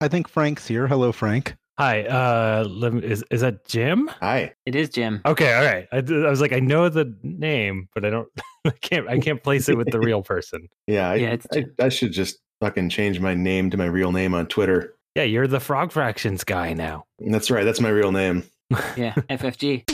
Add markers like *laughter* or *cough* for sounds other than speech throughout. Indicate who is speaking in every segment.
Speaker 1: I think Frank's here. Hello, Frank.
Speaker 2: Hi, uh, let me, is is that Jim?
Speaker 3: Hi.
Speaker 4: It is Jim.
Speaker 2: Okay, all right. I, d- I was like, I know the name, but I don't, *laughs* I can't, I can't place it with the real person.
Speaker 3: Yeah. I,
Speaker 4: Yeah, it's
Speaker 3: I, I should just fucking change my name to my real name on Twitter.
Speaker 2: Yeah, you're the Frog Fractions guy now.
Speaker 3: That's right. That's my real name.
Speaker 4: Yeah, FFG.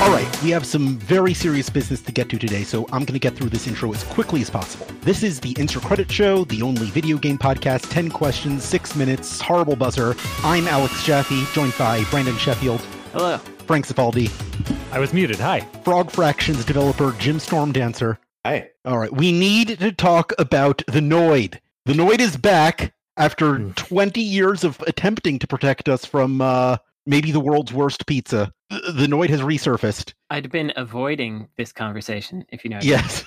Speaker 1: All right, we have some very serious business to get to today, so I'm going to get through this intro as quickly as possible. This is the Intro Credit Show, the only video game podcast, 10 questions, 6 minutes, horrible buzzer. I'm Alex Jaffe, joined by Brandon Sheffield,
Speaker 4: Hello.
Speaker 1: Frank Cifaldi,
Speaker 2: I was muted. Hi.
Speaker 1: Frog Fractions developer Jim Storm Dancer.
Speaker 3: Hi.
Speaker 1: All right, we need to talk about the Noid. The Noid is back after
Speaker 2: Hmm.
Speaker 1: 20 years of attempting to protect us from uh, maybe the world's worst pizza. The, the Noid has resurfaced.
Speaker 4: I'd been avoiding this conversation, if you know.
Speaker 1: *laughs* Yes.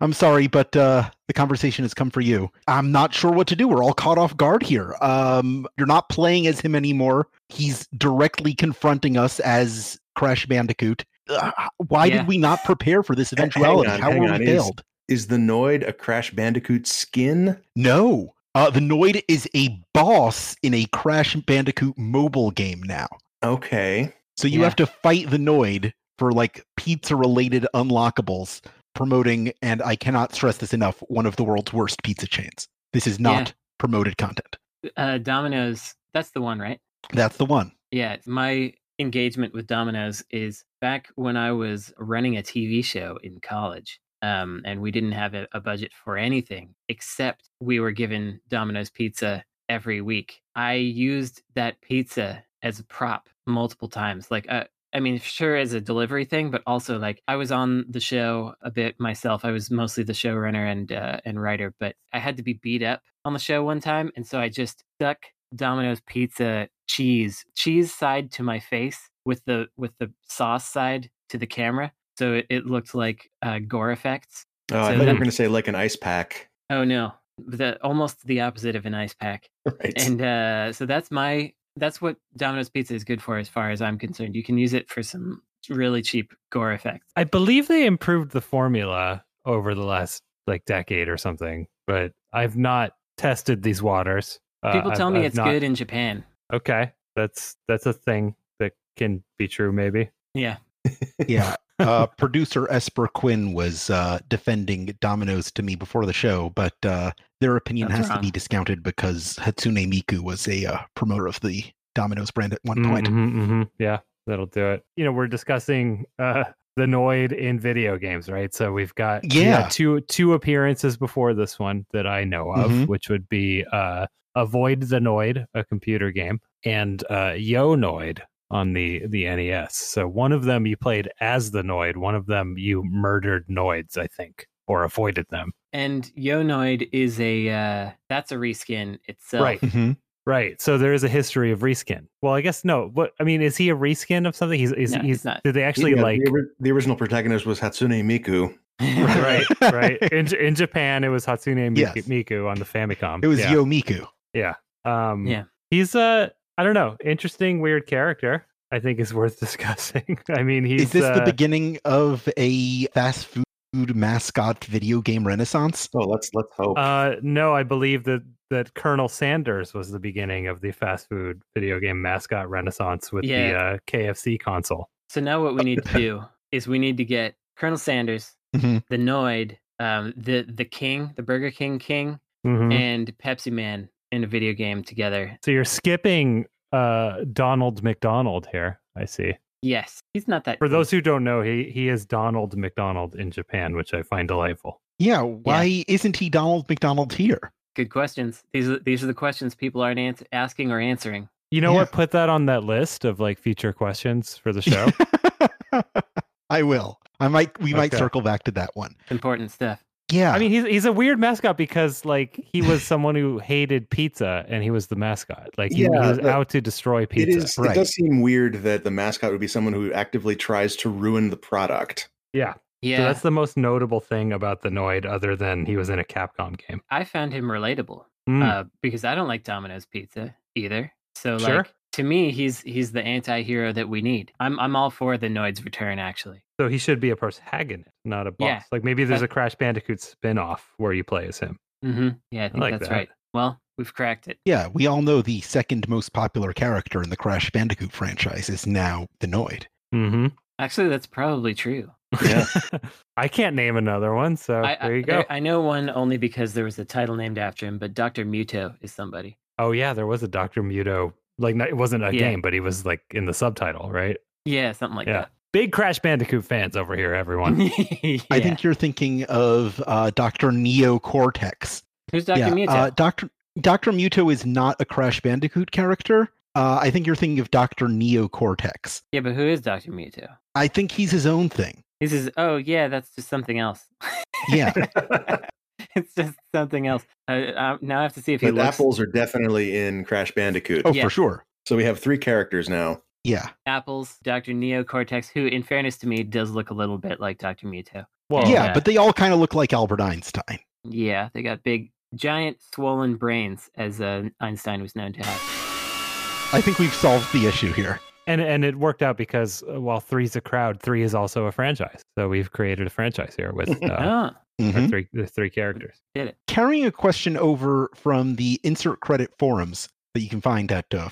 Speaker 1: I'm sorry, but uh, the conversation has come for you. I'm not sure what to do. We're all caught off guard here. Um, you're not playing as him anymore. He's directly confronting us as Crash Bandicoot. Ugh, why
Speaker 4: Yeah.
Speaker 1: did we not prepare for this
Speaker 3: H- hang
Speaker 1: eventuality?
Speaker 3: on,
Speaker 1: How
Speaker 3: hang
Speaker 1: were
Speaker 3: on.
Speaker 1: we
Speaker 3: Is-
Speaker 1: failed?
Speaker 3: Is the Noid a Crash Bandicoot skin?
Speaker 1: No. Uh, the Noid is a boss in a Crash Bandicoot mobile game now.
Speaker 3: Okay.
Speaker 1: So you
Speaker 4: Yeah.
Speaker 1: have to fight the Noid for like pizza related unlockables, promoting, and I cannot stress this enough, one of the world's worst pizza chains. This is not promoted content.
Speaker 4: Uh, Domino's, that's the one, right?
Speaker 1: That's the one.
Speaker 4: Yeah, my engagement with Domino's is back when I was running a TV show in college. Um, and we didn't have a, a budget for anything except we were given Domino's pizza every week. I used that pizza as a prop multiple times. Like, uh, I mean, sure, as a delivery thing, but also like I was on the show a bit myself. I was mostly the showrunner and uh, and writer, but I had to be beat up on the show one time, and so I just stuck Domino's pizza cheese cheese side to my face with the with the sauce side to the camera, so it, it looked like uh, gore effects.
Speaker 3: Oh, I
Speaker 4: So
Speaker 3: thought you
Speaker 4: that-
Speaker 3: were going to say like an ice pack. *laughs*
Speaker 4: Oh no, the almost the opposite of an ice pack
Speaker 3: Right.
Speaker 4: and uh, so that's my that's what Domino's Pizza is good for, as far as I'm concerned. You can use it for some really cheap gore effects.
Speaker 2: I believe they improved the formula over the last like decade or something, but I've not tested these waters. Uh,
Speaker 4: People
Speaker 2: I've-
Speaker 4: tell me
Speaker 2: I've
Speaker 4: it's
Speaker 2: not-
Speaker 4: good in Japan.
Speaker 2: Okay, that's that's a thing that can be true, maybe.
Speaker 4: Yeah,
Speaker 1: Yeah. uh, producer Esper Quinn was uh, defending Domino's to me before the show, but uh, their opinion
Speaker 4: That's
Speaker 1: has to be
Speaker 4: wrong.
Speaker 1: discounted because Hatsune Miku was a uh, promoter of the Domino's brand at one point.
Speaker 2: Mhm, mhm. Yeah, that'll do it. You know, we're discussing uh the Noid in video games, right? So we've got we had
Speaker 1: Yeah.
Speaker 2: two two appearances before this one that I know of,
Speaker 1: Mhm.
Speaker 2: which would be uh Avoid the Noid, a computer game, and uh Yo Noid on the the NES. So one of them you played as the Noid, one of them you murdered Noids, I think, or avoided them.
Speaker 4: and Yonoid is a uh, that's a reskin itself.
Speaker 2: Right.
Speaker 3: Mm-hmm.
Speaker 1: Mhm.
Speaker 2: Right. So there is a history of reskin. Well, I guess no. What I mean is he a reskin of something? He's is
Speaker 4: No,
Speaker 2: he's
Speaker 4: he's not.
Speaker 2: did they actually
Speaker 3: Yeah,
Speaker 2: like
Speaker 3: the, ori- the original protagonist was Hatsune Miku.
Speaker 1: *laughs*
Speaker 2: right, right. In in Japan, it was Hatsune Miku,
Speaker 1: Yes.
Speaker 2: Miku on the Famicom.
Speaker 1: It was
Speaker 2: yeah.
Speaker 1: Yo Miku.
Speaker 2: Um,
Speaker 4: Yeah.
Speaker 2: He's a I don't know, interesting, weird character. I think is worth *laughs* discussing. I mean, he's
Speaker 1: Is this
Speaker 2: uh,
Speaker 1: the beginning of a fast food mascot video game renaissance?
Speaker 3: Oh, let's let's hope.
Speaker 2: uh, no, I believe that that Colonel Sanders was the beginning of the fast food video game mascot renaissance with the
Speaker 4: Yeah.
Speaker 2: uh, KFC console.
Speaker 4: *laughs* So now what we need to do is we need to get Colonel Sanders,
Speaker 1: Mhm.
Speaker 4: the Noid, um, the the King, the Burger King King,
Speaker 2: Mhm.
Speaker 4: and Pepsi Man in a video game together.
Speaker 2: So you're skipping uh, Donald McDonald here. I see.
Speaker 4: Yes, he's not that
Speaker 2: For
Speaker 4: cool.
Speaker 2: those who don't know, he he is Donald McDonald in Japan, which I find delightful.
Speaker 1: Yeah, why isn't he Donald McDonald here? *laughs*
Speaker 4: Good questions. These are these are the questions people aren't ans- asking or answering.
Speaker 2: You know
Speaker 1: Yeah.
Speaker 2: what? Put that on that list of like future questions
Speaker 3: *laughs*
Speaker 2: for the show.
Speaker 1: I will. I might we might
Speaker 2: Okay.
Speaker 1: circle back to that one.
Speaker 4: Important stuff.
Speaker 1: Yeah.
Speaker 2: I mean, he's he's a weird mascot because like he
Speaker 3: *laughs*
Speaker 2: was someone who hated pizza and he was the mascot. Like he, he
Speaker 3: Yeah,
Speaker 2: was
Speaker 3: but
Speaker 2: out to destroy
Speaker 3: it
Speaker 2: pizza.
Speaker 3: is.
Speaker 1: right.
Speaker 3: It does seem weird that the mascot would be someone who actively tries to ruin the product.
Speaker 2: Yeah. So
Speaker 4: Yeah,
Speaker 2: that's the most notable thing about the Noid, other than he was in a Capcom game.
Speaker 4: I found him relatable.
Speaker 2: Mm.
Speaker 4: uh, because I don't like Domino's pizza either. So
Speaker 2: Sure.
Speaker 4: like to me, he's he's the anti-hero that we need. I'm I'm all for the Noid's return actually.
Speaker 2: so he should be a protagonist, not a boss.
Speaker 4: Yeah.
Speaker 2: Like maybe there's
Speaker 4: Uh,
Speaker 2: a Crash Bandicoot spin-off where you play as him.
Speaker 4: hmm Yeah, I think
Speaker 2: like
Speaker 4: that's
Speaker 2: that.
Speaker 4: right. Well, we've cracked it.
Speaker 1: Yeah, we all know the second most popular character in the Crash Bandicoot franchise is now the Noid.
Speaker 2: Mm-hmm.
Speaker 4: Actually, that's probably true.
Speaker 3: Yeah.
Speaker 2: I can't name another one, so
Speaker 4: I,
Speaker 2: Oh, there
Speaker 4: I,
Speaker 2: you go.
Speaker 4: I know one only because there was a title named after him, but Doctor Muto is somebody.
Speaker 2: oh yeah, there was a Doctor Muto. Like not, it wasn't a
Speaker 4: Yeah.
Speaker 2: game, but he was like in the subtitle, right?
Speaker 4: Yeah, something like
Speaker 2: Yeah. Big Crash Bandicoot fans over here, everyone.
Speaker 4: that. *laughs* yeah.
Speaker 1: I think you're thinking of uh, Dr. Neo Cortex.
Speaker 4: Who's Doctor Muto?
Speaker 1: Uh, Dr. Dr. Muto is not a Crash Bandicoot character. Uh, I think you're thinking of Dr. Neo Cortex.
Speaker 4: yeah, but who is Doctor Muto?
Speaker 1: I think he's his own thing.
Speaker 4: He says, "Oh yeah, that's just something else. *laughs*
Speaker 1: Yeah.
Speaker 4: it's just something else." Uh, uh, now I have to see if he
Speaker 3: But
Speaker 4: looks.
Speaker 3: apples are definitely in Crash Bandicoot.
Speaker 1: Oh,
Speaker 4: Yeah.
Speaker 1: for sure.
Speaker 3: So we have three characters now.
Speaker 1: Yeah.
Speaker 4: apples, Dr. Neocortex, who, in fairness to me, does look a little bit like Dr. Muto.
Speaker 2: well,
Speaker 1: yeah,
Speaker 4: Oh, yeah.
Speaker 1: but they all kind of look like Albert Einstein.
Speaker 4: Yeah, they got big, giant, swollen brains, as uh, Einstein was known to have.
Speaker 1: I think we've solved the issue here.
Speaker 2: and and it worked out because uh, while three's a crowd, three is also a franchise. So we've created a franchise here with
Speaker 4: *laughs*
Speaker 2: uh,
Speaker 4: Oh,
Speaker 1: Mhm.
Speaker 2: our three the three characters.
Speaker 4: did it.
Speaker 1: carrying a question over from the insert credit forums that you can find at uh,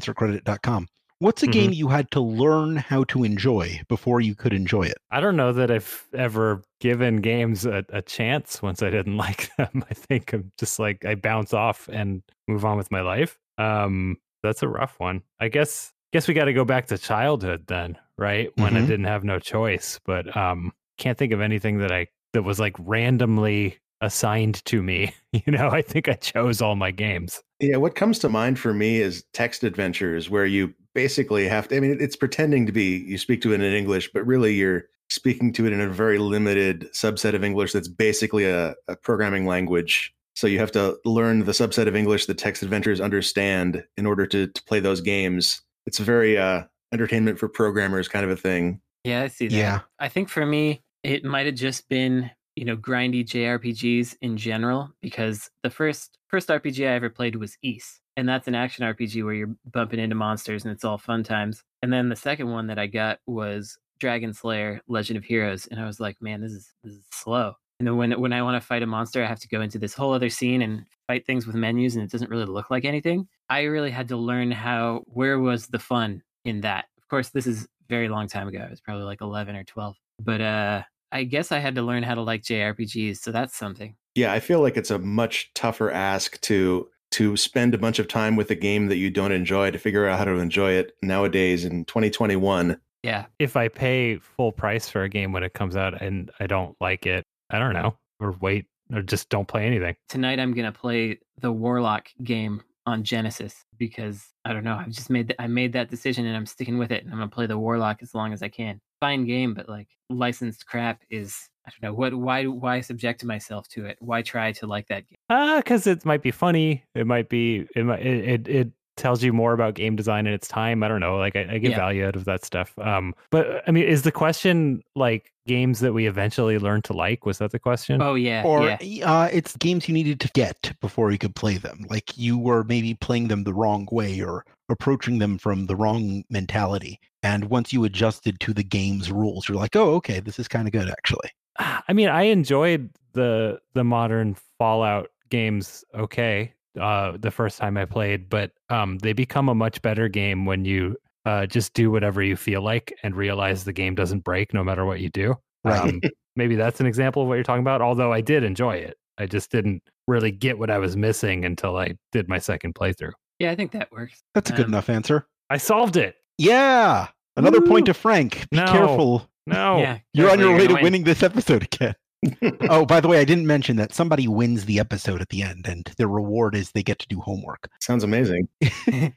Speaker 1: forums.insertcredit.com. What's a
Speaker 2: Mhm.
Speaker 4: Mm-hmm.
Speaker 1: game you had to learn how to enjoy before you could enjoy it?
Speaker 2: I don't know that I've ever given games a, a chance once I didn't *laughs* like them. I think I'm just like I bounce off and move on with my life. Um, that's a rough one. I guess guess we got to go back to childhood then, right? When I
Speaker 1: Mhm.
Speaker 2: didn't have no choice, but um, can't think of anything that I that was like randomly assigned to me. *laughs* You know, I think I chose all my games.
Speaker 3: Yeah, what comes to mind for me is text adventures where you basically have to I mean it's pretending to be you speak to it in English, but really you're speaking to it in a very limited subset of English that's basically a, a programming language. So you have to learn the subset of English that text adventures understand in order to, to play those games. It's very uh entertainment for programmers kind of a thing.
Speaker 4: Yeah, I see that.
Speaker 1: Yeah.
Speaker 4: I think for me, it might have just been, you know, grindy JRPGs in general, because the first first RPG I ever played was East. And that's an action RPG where you're bumping into monsters and it's all fun times. And then the second one that I got was Dragon Slayer Legend of Heroes. And I was like, man, this is this is slow. And then when when I want to fight a monster, I have to go into this whole other scene and fight things with menus and it doesn't really look like anything. I really had to learn how where was the fun in that. Of course, this is very long time ago. I was probably like 11 or 12. But uh I guess I had to learn how to like JRPGs, so that's something.
Speaker 3: Yeah, I feel like it's a much tougher ask to to spend a bunch of time with a game that you don't enjoy to figure out how to enjoy it nowadays in 2021.
Speaker 4: Yeah.
Speaker 2: if I pay full price for a game when it comes out and I don't like it, I don't know, or wait, or just don't play anything.
Speaker 4: Tonight I'm going to play the Warlock game on Genesis because I don't know, I've just made th- I made that decision and I'm sticking with it and I'm going to play the Warlock as long as I can. Fine game, but like licensed crap is I don't know what why why subject myself to it? Why try to like that game?
Speaker 2: Ah, because it might be funny. It might be. It might. It, it it tells you more about game design and its time. I don't know. Like I, I get
Speaker 4: Yeah.
Speaker 2: value out of that stuff. Um, but I mean, is the question like games that we eventually learn to like? Was that the question?
Speaker 4: Oh yeah.
Speaker 1: Or
Speaker 4: yeah.
Speaker 1: uh, it's games you needed to get before you could play them. Like you were maybe playing them the wrong way or approaching them from the wrong mentality. And once you adjusted to the game's rules, you're like, oh, okay, this is kind of good, actually.
Speaker 2: Ah, I mean, I enjoyed the the modern Fallout games okay uh the first time I played, but um they become a much better game when you uh just do whatever you feel like and realize the game doesn't break no matter what you do.
Speaker 1: Right.
Speaker 2: Um maybe that's an example of what you're talking about, although I did enjoy it. I just didn't really get what I was missing until I did my second playthrough.
Speaker 4: Yeah, I think that works.
Speaker 1: That's a good
Speaker 4: Um,
Speaker 1: enough answer.
Speaker 2: I solved it.
Speaker 1: Yeah. Another point to Frank. Be
Speaker 2: No.
Speaker 1: careful.
Speaker 2: No.
Speaker 4: yeah.
Speaker 1: Oh, You're on
Speaker 4: careful,
Speaker 1: your way
Speaker 4: gonna
Speaker 1: to
Speaker 4: win.
Speaker 1: winning this episode again. oh, by the way, I didn't mention that somebody wins the episode at the end, and their reward is they get to do homework.
Speaker 3: Sounds amazing.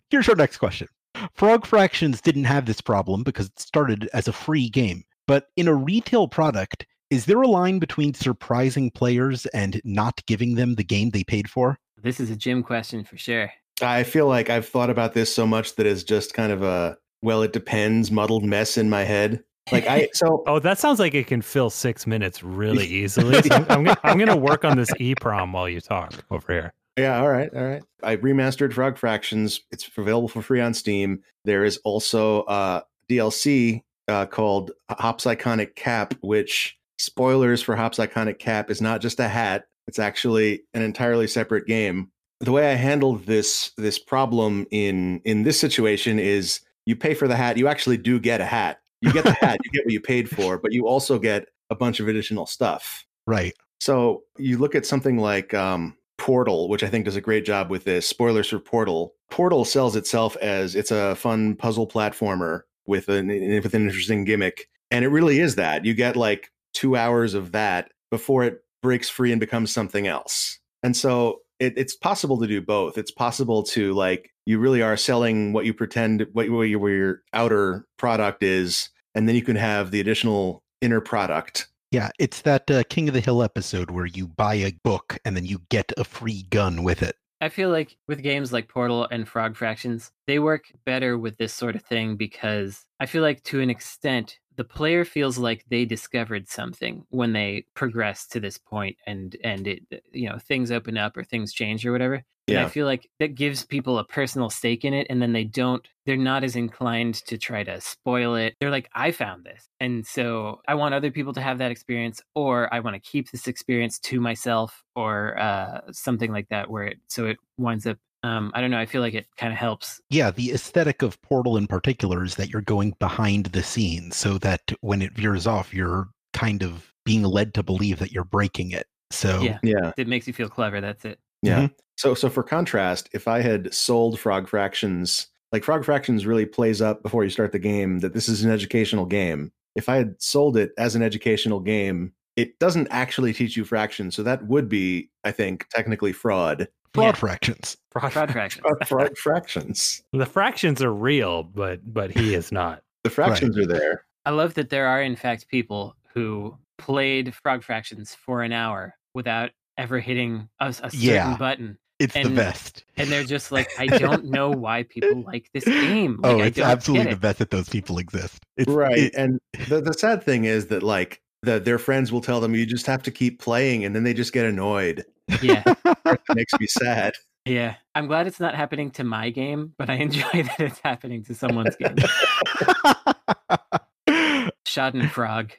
Speaker 1: Here's our next question Frog Fractions didn't have this problem because it started as a free game, but in a retail product, is there a line between surprising players and not giving them the game they paid for?
Speaker 4: *laughs* This is a gym question for sure.
Speaker 3: I feel like I've thought about this so much that it's just kind of a well, it depends muddled mess in my head. Like I so
Speaker 2: Oh, that sounds like it can fill six minutes really easily. So I'm, I'm, gonna- I'm going to work on this EEPROM while you talk over here.
Speaker 3: Yeah, all right, all right. I remastered Frog Fractions. It's available for free on Steam. There is also uh, DLC uh, called Hops Iconic Cap, which spoilers for Hops Iconic Cap is not just a hat. It's actually an entirely separate game. The way I handled this this problem in in this situation is you pay for the hat. You actually do get a hat. You get the hat. You get what you paid for, but you also get a bunch of additional stuff.
Speaker 1: Right.
Speaker 3: So you look at something like um, Portal, which I think does a great job with this. Spoilers for Portal. Portal sells itself as it's a fun puzzle platformer with an with an interesting gimmick, and it really is that. You get like two hours of that before it breaks free and becomes something else. And so it, it's possible to do both. It's possible to like you really are selling what you pretend what, what your, what your outer product is, and then you can have the additional inner product
Speaker 1: Yeah, it's that uh, King of the Hill episode where you buy a book and then you get a free gun with it.
Speaker 4: I feel like with games like Portal and Frog Fractions, they work better with this sort of thing because I feel like to an extent, the player feels like they discovered something when they progress to this point and and it you know things open up or things change or whatever. And I
Speaker 3: Yeah.
Speaker 4: feel like that gives people a personal stake in it and then they don't they're not as inclined to try to spoil it. They're like I found this. And so I want other people to have that experience or I want to keep this experience to myself or uh something like that where it so it winds up um I don't know, I feel like it kind of helps.
Speaker 1: Yeah, the aesthetic of Portal in particular is that you're going behind the scenes so that when it veers off, you're kind of being led to believe that you're breaking it. So,
Speaker 4: Yeah.
Speaker 3: Yeah.
Speaker 4: It makes you feel clever, that's it.
Speaker 3: Yeah. Mm-hmm. So so for contrast, if I had sold Frog Fractions, like Frog Fractions really plays up before you start the game that this is an educational game. If I had sold it as an educational game, it doesn't actually teach you fractions, so that would be, I think, technically fraud.
Speaker 1: fraud
Speaker 4: Yeah.
Speaker 1: fractions.
Speaker 2: *laughs*
Speaker 4: Fraud Fractions.
Speaker 3: Fraud, fraud fractions.
Speaker 2: The fractions are real, but but he is not. *laughs*
Speaker 3: The fractions are there.
Speaker 4: I love that there are, in fact, people who played Frog Fractions for an hour without ever hitting a, a certain
Speaker 1: Yeah.
Speaker 4: button.
Speaker 1: It's the
Speaker 4: And-
Speaker 1: best.
Speaker 4: And they're just like,
Speaker 1: *laughs*
Speaker 4: I don't know why people like this game. Like,
Speaker 1: oh,
Speaker 4: I
Speaker 1: it's
Speaker 4: don't get
Speaker 1: absolutely
Speaker 4: it.
Speaker 1: the best that those people exist. It's,
Speaker 3: right.
Speaker 1: it- *sighs*
Speaker 3: and the, the sad thing is that like the, their friends will tell them you just have to keep playing and then they just get annoyed.
Speaker 4: Yeah,
Speaker 1: *laughs*
Speaker 3: It makes me sad.
Speaker 4: yeah. I'm glad it's not happening to my game, but I *laughs* enjoy that it's happening to
Speaker 1: *laughs*
Speaker 4: someone's game. Schadenfrog.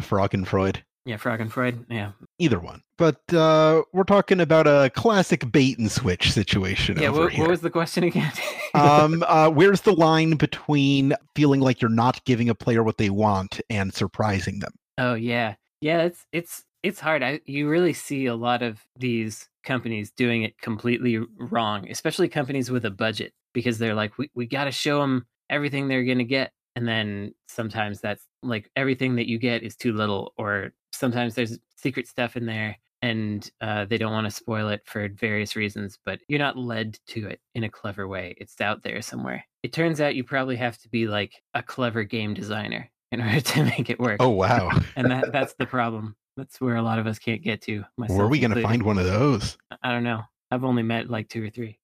Speaker 1: Frog and Freud.
Speaker 4: Yeah, Frog and Freud. Yeah.
Speaker 1: Either one. But uh, we're talking about a classic bait and switch situation
Speaker 4: yeah,
Speaker 1: over
Speaker 4: what,
Speaker 1: here.
Speaker 4: what was *laughs* the question again?
Speaker 1: um, uh, where's the line between feeling like you're not giving a player what they want and surprising them?
Speaker 4: Oh yeah, yeah. It's it's it's hard. I you really see a lot of these companies doing it completely wrong, especially companies with a budget, because they're like, we we got to show them everything they're gonna get, and then sometimes that's like everything that you get is too little, or sometimes there's secret stuff in there. And uh, they don't want to spoil it for various reasons, but you're not led to it in a clever way. It's out there somewhere. It turns out you probably have to be like a clever game designer in *laughs* order to make it work
Speaker 1: Oh wow,
Speaker 4: and that that's the problem. That's where a lot of us can't get to. Myself
Speaker 1: where are we going to
Speaker 4: included.
Speaker 1: find one of
Speaker 4: *laughs*
Speaker 1: those?
Speaker 4: I don't know. I've only met like two or three.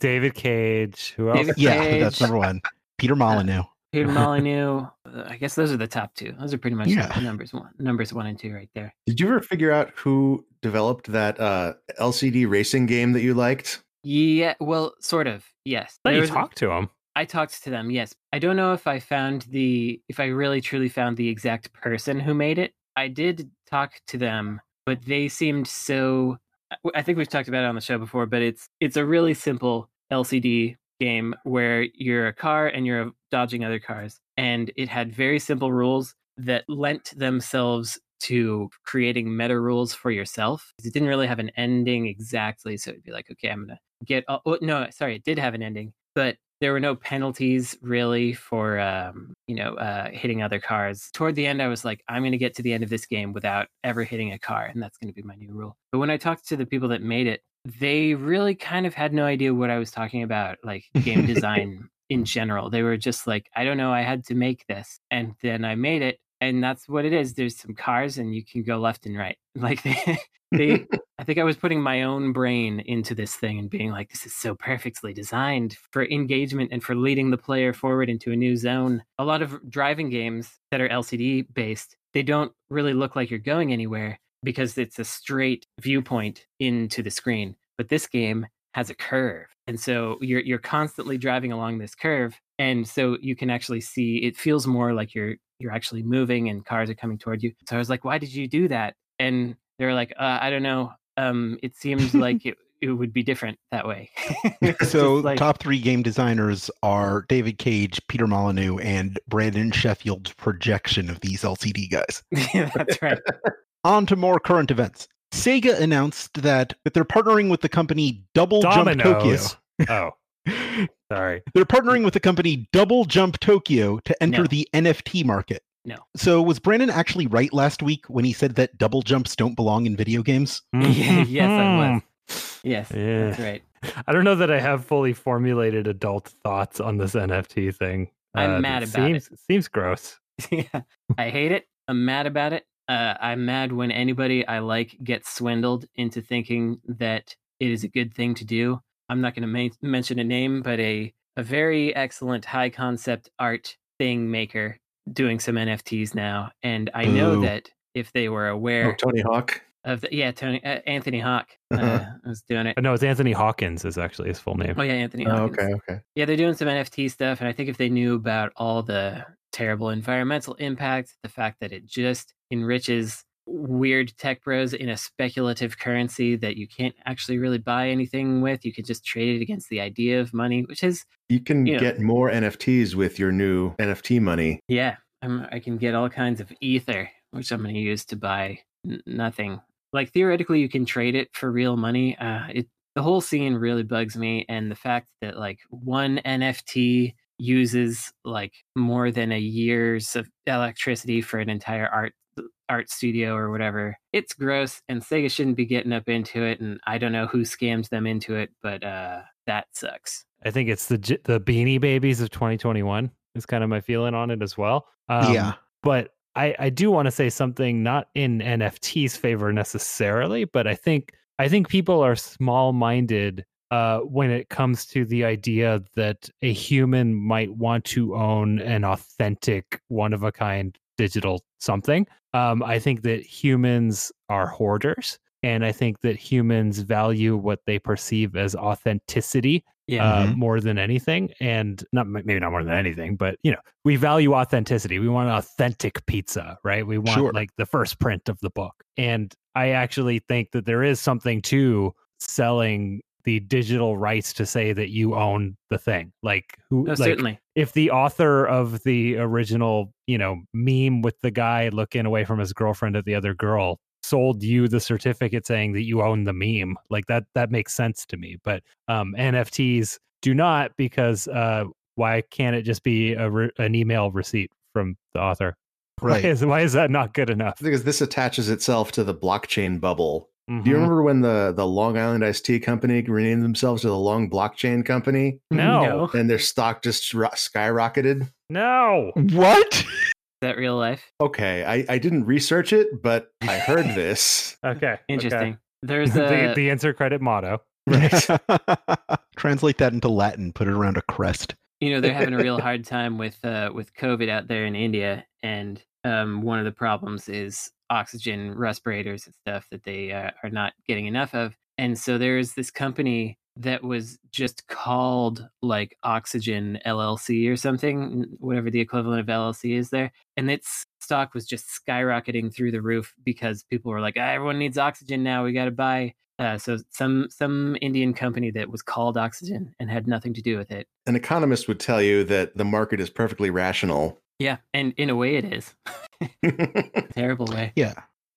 Speaker 2: David Cage. Who else?
Speaker 4: David
Speaker 1: Yeah, that's
Speaker 4: Cage.
Speaker 1: number one. Peter Molyneux. *laughs*
Speaker 4: Peter Molyneux. uh, I guess those are the top two. Those are pretty much
Speaker 1: Yeah.
Speaker 4: the numbers one, numbers one and two, right there.
Speaker 3: Did you ever figure out who developed that uh, LCD racing game that you liked? *laughs*
Speaker 4: Yeah, well, sort of. Yes.
Speaker 2: Let
Speaker 4: There
Speaker 2: you
Speaker 4: was-
Speaker 2: talk to him.
Speaker 4: I talked to them. Yes. I don't know if I found the if I really truly found the exact person who made it. I did talk to them, but they seemed so uh, I- I think we've talked about it on the show before, but it's it's a really simple LCD game where you're a car and you're dodging other cars and it had very simple rules that lent themselves to creating meta rules for yourself. It didn't really have an ending exactly, so it'd be like, okay, I'm going to get all, oh, no sorry it did have an ending but there were no penalties really for um you know uh hitting other cars toward the end i was like i'm going to get to the end of this game without ever hitting a car and that's going to be my new rule but when i talked to the people that made it they really kind of had no idea what i was talking about like game design in general they were just like i don't know i had to make this and then i made it and that's what it is there's some cars and you can go left and right *laughs* like they,
Speaker 3: *laughs*
Speaker 4: they I think I was putting my own brain into this thing and being like, this is so perfectly designed for engagement and for leading the player forward into a new zone. A lot of driving games that are LCD based, they don't really look like you're going anywhere. because it's a straight viewpoint into the screen. But this game has a curve. And so you're you're constantly driving along this curve. And so you can actually see it feels more like you're you're actually moving and cars are coming toward you. So I was like, why did you do that? And they were like, uh, I don't know. Um, it seems like it, it would be different that way. *laughs* *laughs* It's just
Speaker 1: So,
Speaker 4: like-
Speaker 1: top three game designers are David Cage, Peter Molyneux, and Brandon Sheffield's projection of these LCD guys.
Speaker 4: *laughs* Yeah, that's right.
Speaker 1: On to more current events. Sega announced that, that they're partnering with the company Double Jump Tokyo.
Speaker 2: Dominoes. oh, sorry.
Speaker 1: They're partnering with the company Double Jump Tokyo to enter
Speaker 4: No.
Speaker 1: the NFT market.
Speaker 4: No.
Speaker 1: So was Brandon actually right last week when he said that double jumps don't belong in video games?
Speaker 4: *laughs* yes, I was. Yes,
Speaker 2: Yeah.
Speaker 4: that's right.
Speaker 2: Mm-hmm. I don't know that I have fully formulated adult thoughts on this NFT thing.
Speaker 4: I'm mad about it.
Speaker 2: seems, it. Seems gross.
Speaker 4: *laughs* yeah. I hate it. I'm mad about it. Uh, I'm mad when anybody I like gets swindled into thinking that it is a good thing to do. I'm not going to ma- mention a name, but a, a very excellent high concept art thing maker doing some NFTs now. And I know
Speaker 1: Boo.
Speaker 4: that if they were
Speaker 3: Oh,
Speaker 4: aware
Speaker 3: Tony Hawk.
Speaker 4: of the, yeah, Tony, uh, Anthony Hawk uh,
Speaker 3: Uh-huh.
Speaker 4: was doing it.
Speaker 2: But no, it's Anthony Hawkins is actually his full name.
Speaker 4: Oh, yeah, Anthony
Speaker 3: Oh,
Speaker 4: Hawk.
Speaker 3: okay, okay.
Speaker 4: Yeah, they're doing some NFT stuff, and I think if they knew about all the terrible environmental impact, the fact that it just enriches weird tech bros in a speculative currency that you can't actually really buy anything with, you could just trade it against the idea of money, which is
Speaker 3: You can
Speaker 4: You know.
Speaker 3: get more NFTs with your new NFT money.
Speaker 4: yeah, I'm, I can get all kinds of ether, which I'm going to use to buy n- nothing. Like theoretically, you can trade it for real money. Uh, it the whole scene really bugs me, and the fact that like one NFT uses like more than a year's of electricity for an entire art art studio or whatever. It's gross, and Sega shouldn't be getting up into it. And I don't know who scams them into it, but uh, that sucks.
Speaker 2: I think it's the J- the Beanie Babies of 2021 is kind of my feeling on it as well. Um,
Speaker 1: yeah.
Speaker 2: but I, I do want to say something not in NFT's favor necessarily, but I think I think people are small minded uh, when it comes to the idea that a human might want to own an authentic, one of a kind digital something. Um, I think that humans are hoarders, and I think that humans value what they perceive as authenticity
Speaker 4: Yeah,
Speaker 2: uh,
Speaker 3: Mhm.
Speaker 2: more than anything and not maybe not more than anything but you know we value authenticity we want authentic pizza right we want
Speaker 1: Sure.
Speaker 2: like the first print of the book and i actually think that there is something to selling the digital rights to say that you own the thing like who
Speaker 4: no,
Speaker 2: like, *laughs*
Speaker 4: certainly.
Speaker 2: if the author of the original, you know, meme with the guy looking away from his girlfriend at the other girl sold you the certificate saying that you own the meme, like that that makes sense to me. But um NFTs do not because uh why can't it just be a re- an email receipt from the author? *laughs*
Speaker 1: Right.
Speaker 2: Why is, why is that not good enough?
Speaker 3: Because this attaches itself to the blockchain bubble.
Speaker 2: Mm-hmm.
Speaker 3: Do you
Speaker 4: Mm-hmm.
Speaker 3: remember when the the Long Island Iced Tea Company renamed themselves to the Long Blockchain Company,
Speaker 2: No.
Speaker 4: no, is
Speaker 3: and their stock just ro- skyrocketed?
Speaker 2: No.
Speaker 1: What?
Speaker 4: that real life?
Speaker 3: Okay, I, I didn't research it, but I
Speaker 4: *laughs*
Speaker 3: heard this.
Speaker 2: Okay. okay.
Speaker 4: Interesting.
Speaker 2: *laughs*
Speaker 4: There's
Speaker 2: the,
Speaker 4: a
Speaker 2: the answer credit motto.
Speaker 4: *laughs*
Speaker 1: *laughs* Translate that into Latin, put it around a crest.
Speaker 4: you know they're having a real hard time with uh, with COVID out there in India, and um, one of the problems is oxygen respirators and stuff that they uh, are not getting enough of. And so there's this company that was just called like Oxygen LLC or something, whatever the equivalent of LLC is there, and its stock was just skyrocketing through the roof because people were like, ah, everyone needs oxygen now, we got to buy. Uh, so some some Indian company that was called Oxygen and had nothing to do with it
Speaker 3: An economist would tell you that the market is perfectly rational. *laughs*
Speaker 4: Yeah, and in a way it is. Terrible way.
Speaker 1: Yeah.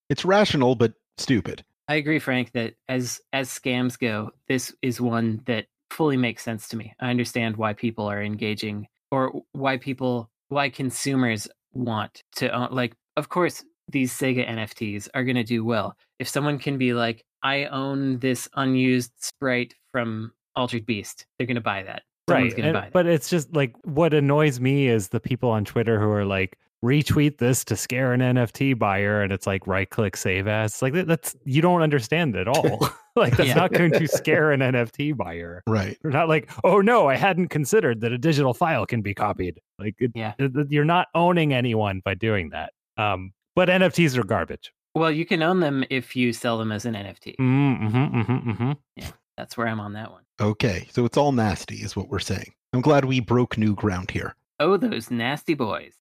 Speaker 1: It's rational but stupid.
Speaker 4: I agree, Frank, that as as scams go, this is one that fully makes sense to me. I understand why people are engaging or why people why consumers want to own like of course these Sega NFTs are going to do well. If someone can be like, I own this unused sprite from Altered Beast, they're going to buy that. Someone's going
Speaker 2: and-
Speaker 4: to buy that.
Speaker 2: but it's just like what annoys me is the people on Twitter who are like retweet this to scare an NFT buyer, and it's like right click save as. It's like that, that's you don't understand at
Speaker 4: *laughs*
Speaker 2: all. *laughs* like that's
Speaker 4: Yeah.
Speaker 2: not going to scare an NFT buyer.
Speaker 1: Right.
Speaker 2: They're not like, oh no, I hadn't considered that a digital file can be copied. Like, it,
Speaker 4: Yeah.
Speaker 2: it- it- you're not owning anyone by doing that. Um, but NFTs are garbage.
Speaker 4: Well, you can own them if you sell them as an NFT.
Speaker 2: Mm-hmm, mm-hmm, mm-hmm.
Speaker 4: That's where I'm on that one.
Speaker 1: Okay, so it's all nasty, is what we're saying. I'm glad we broke new ground here.
Speaker 4: Oh, those nasty boys.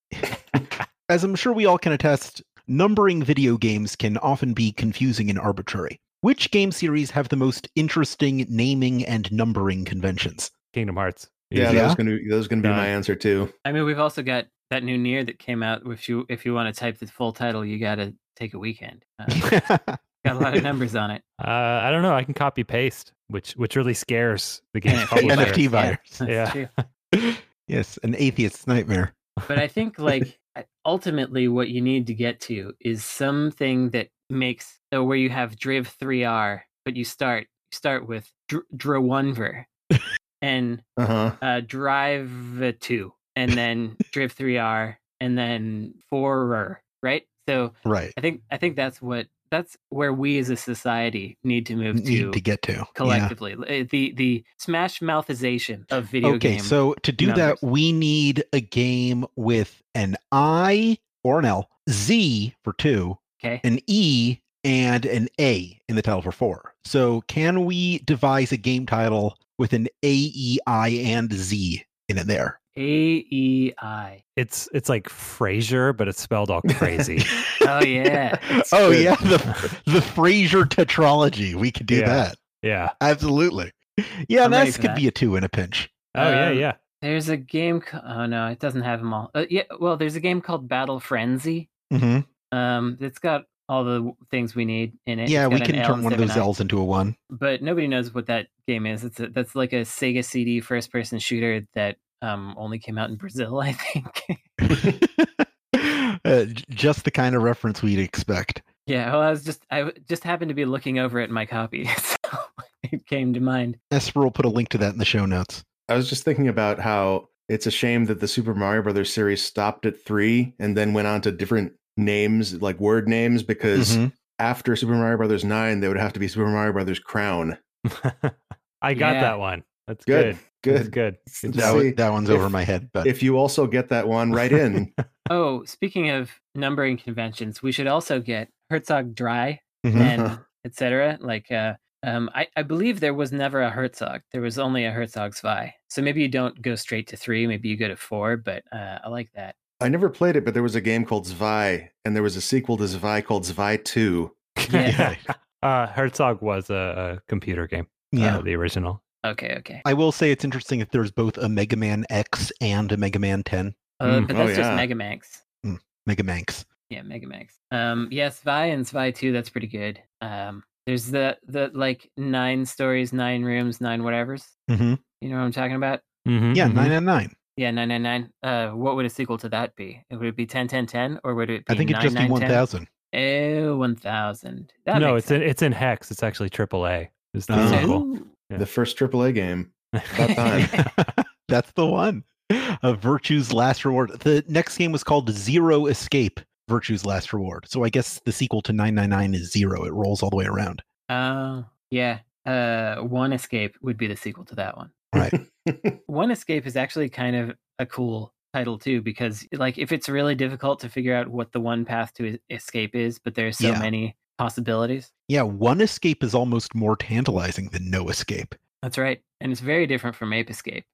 Speaker 1: As I'm sure we all can attest, numbering video games can often be confusing and arbitrary. Which game series have the most interesting naming and numbering
Speaker 4: *laughs*
Speaker 1: conventions? *laughs*
Speaker 2: Kingdom Hearts.
Speaker 3: Yeah,
Speaker 2: Easy.
Speaker 3: that
Speaker 1: Yeah.
Speaker 3: was gonna be, that was gonna be my
Speaker 2: Yeah.
Speaker 3: answer too.
Speaker 4: I mean, we've also got that new Near that came out. If you if you want to type the full title, you got to take a weekend.
Speaker 1: *laughs*
Speaker 4: Uh, got a lot of numbers on it. *laughs*
Speaker 2: Uh, I don't know. I can copy paste, which which really scares
Speaker 4: *laughs*
Speaker 2: the game.
Speaker 4: NFT
Speaker 2: publisher.
Speaker 1: NFT
Speaker 4: Yeah.
Speaker 1: virus.
Speaker 4: That's
Speaker 2: Yeah.
Speaker 4: true.
Speaker 1: *laughs* yes, an atheist's nightmare.
Speaker 4: but I think like ultimately what you need to get to is something that makes so where you have Driv three R, but you start you start with Dr- Drawanver and
Speaker 3: Uh huh.
Speaker 4: uh, Drive two, and then Driv three R, and then Forer, right? So
Speaker 1: Right.
Speaker 4: I think I think that's what that's where we as a society need to move to,
Speaker 1: Need to get to. Yeah.
Speaker 4: collectively Uh, the the smash mouthization of video
Speaker 1: okay,
Speaker 4: game
Speaker 1: so to do
Speaker 4: numbers.
Speaker 1: that, we need a game with an I or an L, Z for two,
Speaker 4: okay
Speaker 1: an E, and an A in the title for four. So can we devise a game title with an A, E, I, and Z in it there?
Speaker 4: A E I
Speaker 2: It's it's like Frasier, but it's spelled
Speaker 1: *laughs*
Speaker 2: all crazy.
Speaker 4: oh yeah
Speaker 1: oh
Speaker 3: *laughs*
Speaker 1: yeah, the the Fraser tetralogy. We could do
Speaker 2: Yeah.
Speaker 1: that.
Speaker 2: yeah.
Speaker 1: Absolutely. Yeah,
Speaker 4: I'm ready
Speaker 1: this
Speaker 4: for
Speaker 1: could
Speaker 4: that.
Speaker 1: be a two in a pinch.
Speaker 2: Oh yeah,
Speaker 4: Um,
Speaker 2: yeah.
Speaker 4: There's a game. ca- Oh no, it doesn't have them all. Uh, yeah, well, there's a game called Battle Frenzy.
Speaker 1: Mm-hmm.
Speaker 4: Um, it's got all the w- things we need in it.
Speaker 1: Yeah,
Speaker 4: It's
Speaker 1: we
Speaker 4: got an
Speaker 1: can
Speaker 4: L
Speaker 1: turn one of
Speaker 4: instead
Speaker 1: those
Speaker 4: an I,
Speaker 1: L's into a one.
Speaker 4: But nobody knows what that game is. It's a, that's like a Sega CD first-person shooter that um only came out in Brazil, *laughs* I think.
Speaker 1: *laughs* uh, j- just the kind of reference we'd expect.
Speaker 4: yeah. Well, I was just I w- just happened to be looking over at my copy, *laughs* so it came to mind.
Speaker 1: Esperal put a link to that in the show notes.
Speaker 3: I was just thinking about how it's a shame that the Super Mario Brothers series stopped at three and then went on to different names, like word names, because
Speaker 4: Mm-hmm.
Speaker 1: Mhm.
Speaker 3: after Super Mario Brothers nine, they would have to be Super Mario Brothers Crown.
Speaker 2: *laughs* I got
Speaker 4: Yeah.
Speaker 2: that one. That's good.
Speaker 3: Good,
Speaker 2: That's
Speaker 3: good.
Speaker 2: good. Good
Speaker 1: That,
Speaker 2: job. *laughs*
Speaker 1: one-
Speaker 3: See,
Speaker 1: that one's
Speaker 3: if-
Speaker 1: over my head, *laughs* but
Speaker 3: If you also get that one,
Speaker 1: *laughs*
Speaker 3: right in. *laughs*
Speaker 4: Oh, speaking of numbering conventions, we should also get Herzog Dry
Speaker 1: Mhm.
Speaker 4: and
Speaker 3: *laughs*
Speaker 4: etc. Like, uh, um, I, I believe there was never a Herzog. There was only a Herzog Zwei. So maybe you don't go straight to three. Maybe you go to four. But uh, I like that.
Speaker 3: I never played it, but there was a game called Zvi, and there was a sequel to Zvi called Zvi Two.
Speaker 4: Yeah.
Speaker 2: Uh, Herzog was a, a computer game.
Speaker 1: yeah.
Speaker 3: Um,
Speaker 2: uh, the original.
Speaker 4: Okay, okay. Uh,
Speaker 1: I will say it's interesting that there's both a Mega Man X and a Mega Man 10,
Speaker 4: Uh,
Speaker 2: Mm.
Speaker 4: but
Speaker 3: Oh,
Speaker 4: that's just
Speaker 3: yeah.
Speaker 4: Mega Max.
Speaker 1: Mega Manx.
Speaker 4: Yeah, Mega Max. Um, yeah, Zwei and Zwei two. That's pretty good. Um, there's the the like nine stories, nine rooms, nine whatevers.
Speaker 1: Mm-hmm.
Speaker 4: You know what I'm talking about?
Speaker 2: Mhm,
Speaker 1: Yeah,
Speaker 4: Mm-hmm.
Speaker 2: mhm.
Speaker 1: nine and nine.
Speaker 4: Yeah, nine nine nine. Uh, what would a sequel to that be? Would it be ten ten ten, or would it be
Speaker 1: I think it
Speaker 4: nine,
Speaker 1: just be
Speaker 4: nine, 10? *laughs*
Speaker 1: 1,000.
Speaker 4: Oh, 1,000. That
Speaker 2: no,
Speaker 4: makes
Speaker 2: it's in, it's in hex. It's actually AAA. It's the
Speaker 1: Oh.
Speaker 4: sense.
Speaker 2: sequel.
Speaker 1: *laughs*
Speaker 4: Ooh.
Speaker 2: Yeah.
Speaker 3: The first AAA game.
Speaker 4: About time.
Speaker 1: That's the one. Uh, Virtue's Last Reward. The next game was called Zero Escape, Virtue's Last Reward. So I guess the sequel to 999 is zero. It rolls all the way around.
Speaker 4: *laughs* Oh, yeah. Uh, One Escape would be the sequel to that one.
Speaker 1: Right.
Speaker 4: *laughs* One Escape is actually kind of a cool title too, because like if it's really difficult to figure out what the one path to e- escape is, but there's so
Speaker 1: Yeah.
Speaker 4: many possibilities.
Speaker 1: yeah, one escape is almost more tantalizing than no escape. *laughs*
Speaker 4: That's right, and it's very different from Ape Escape.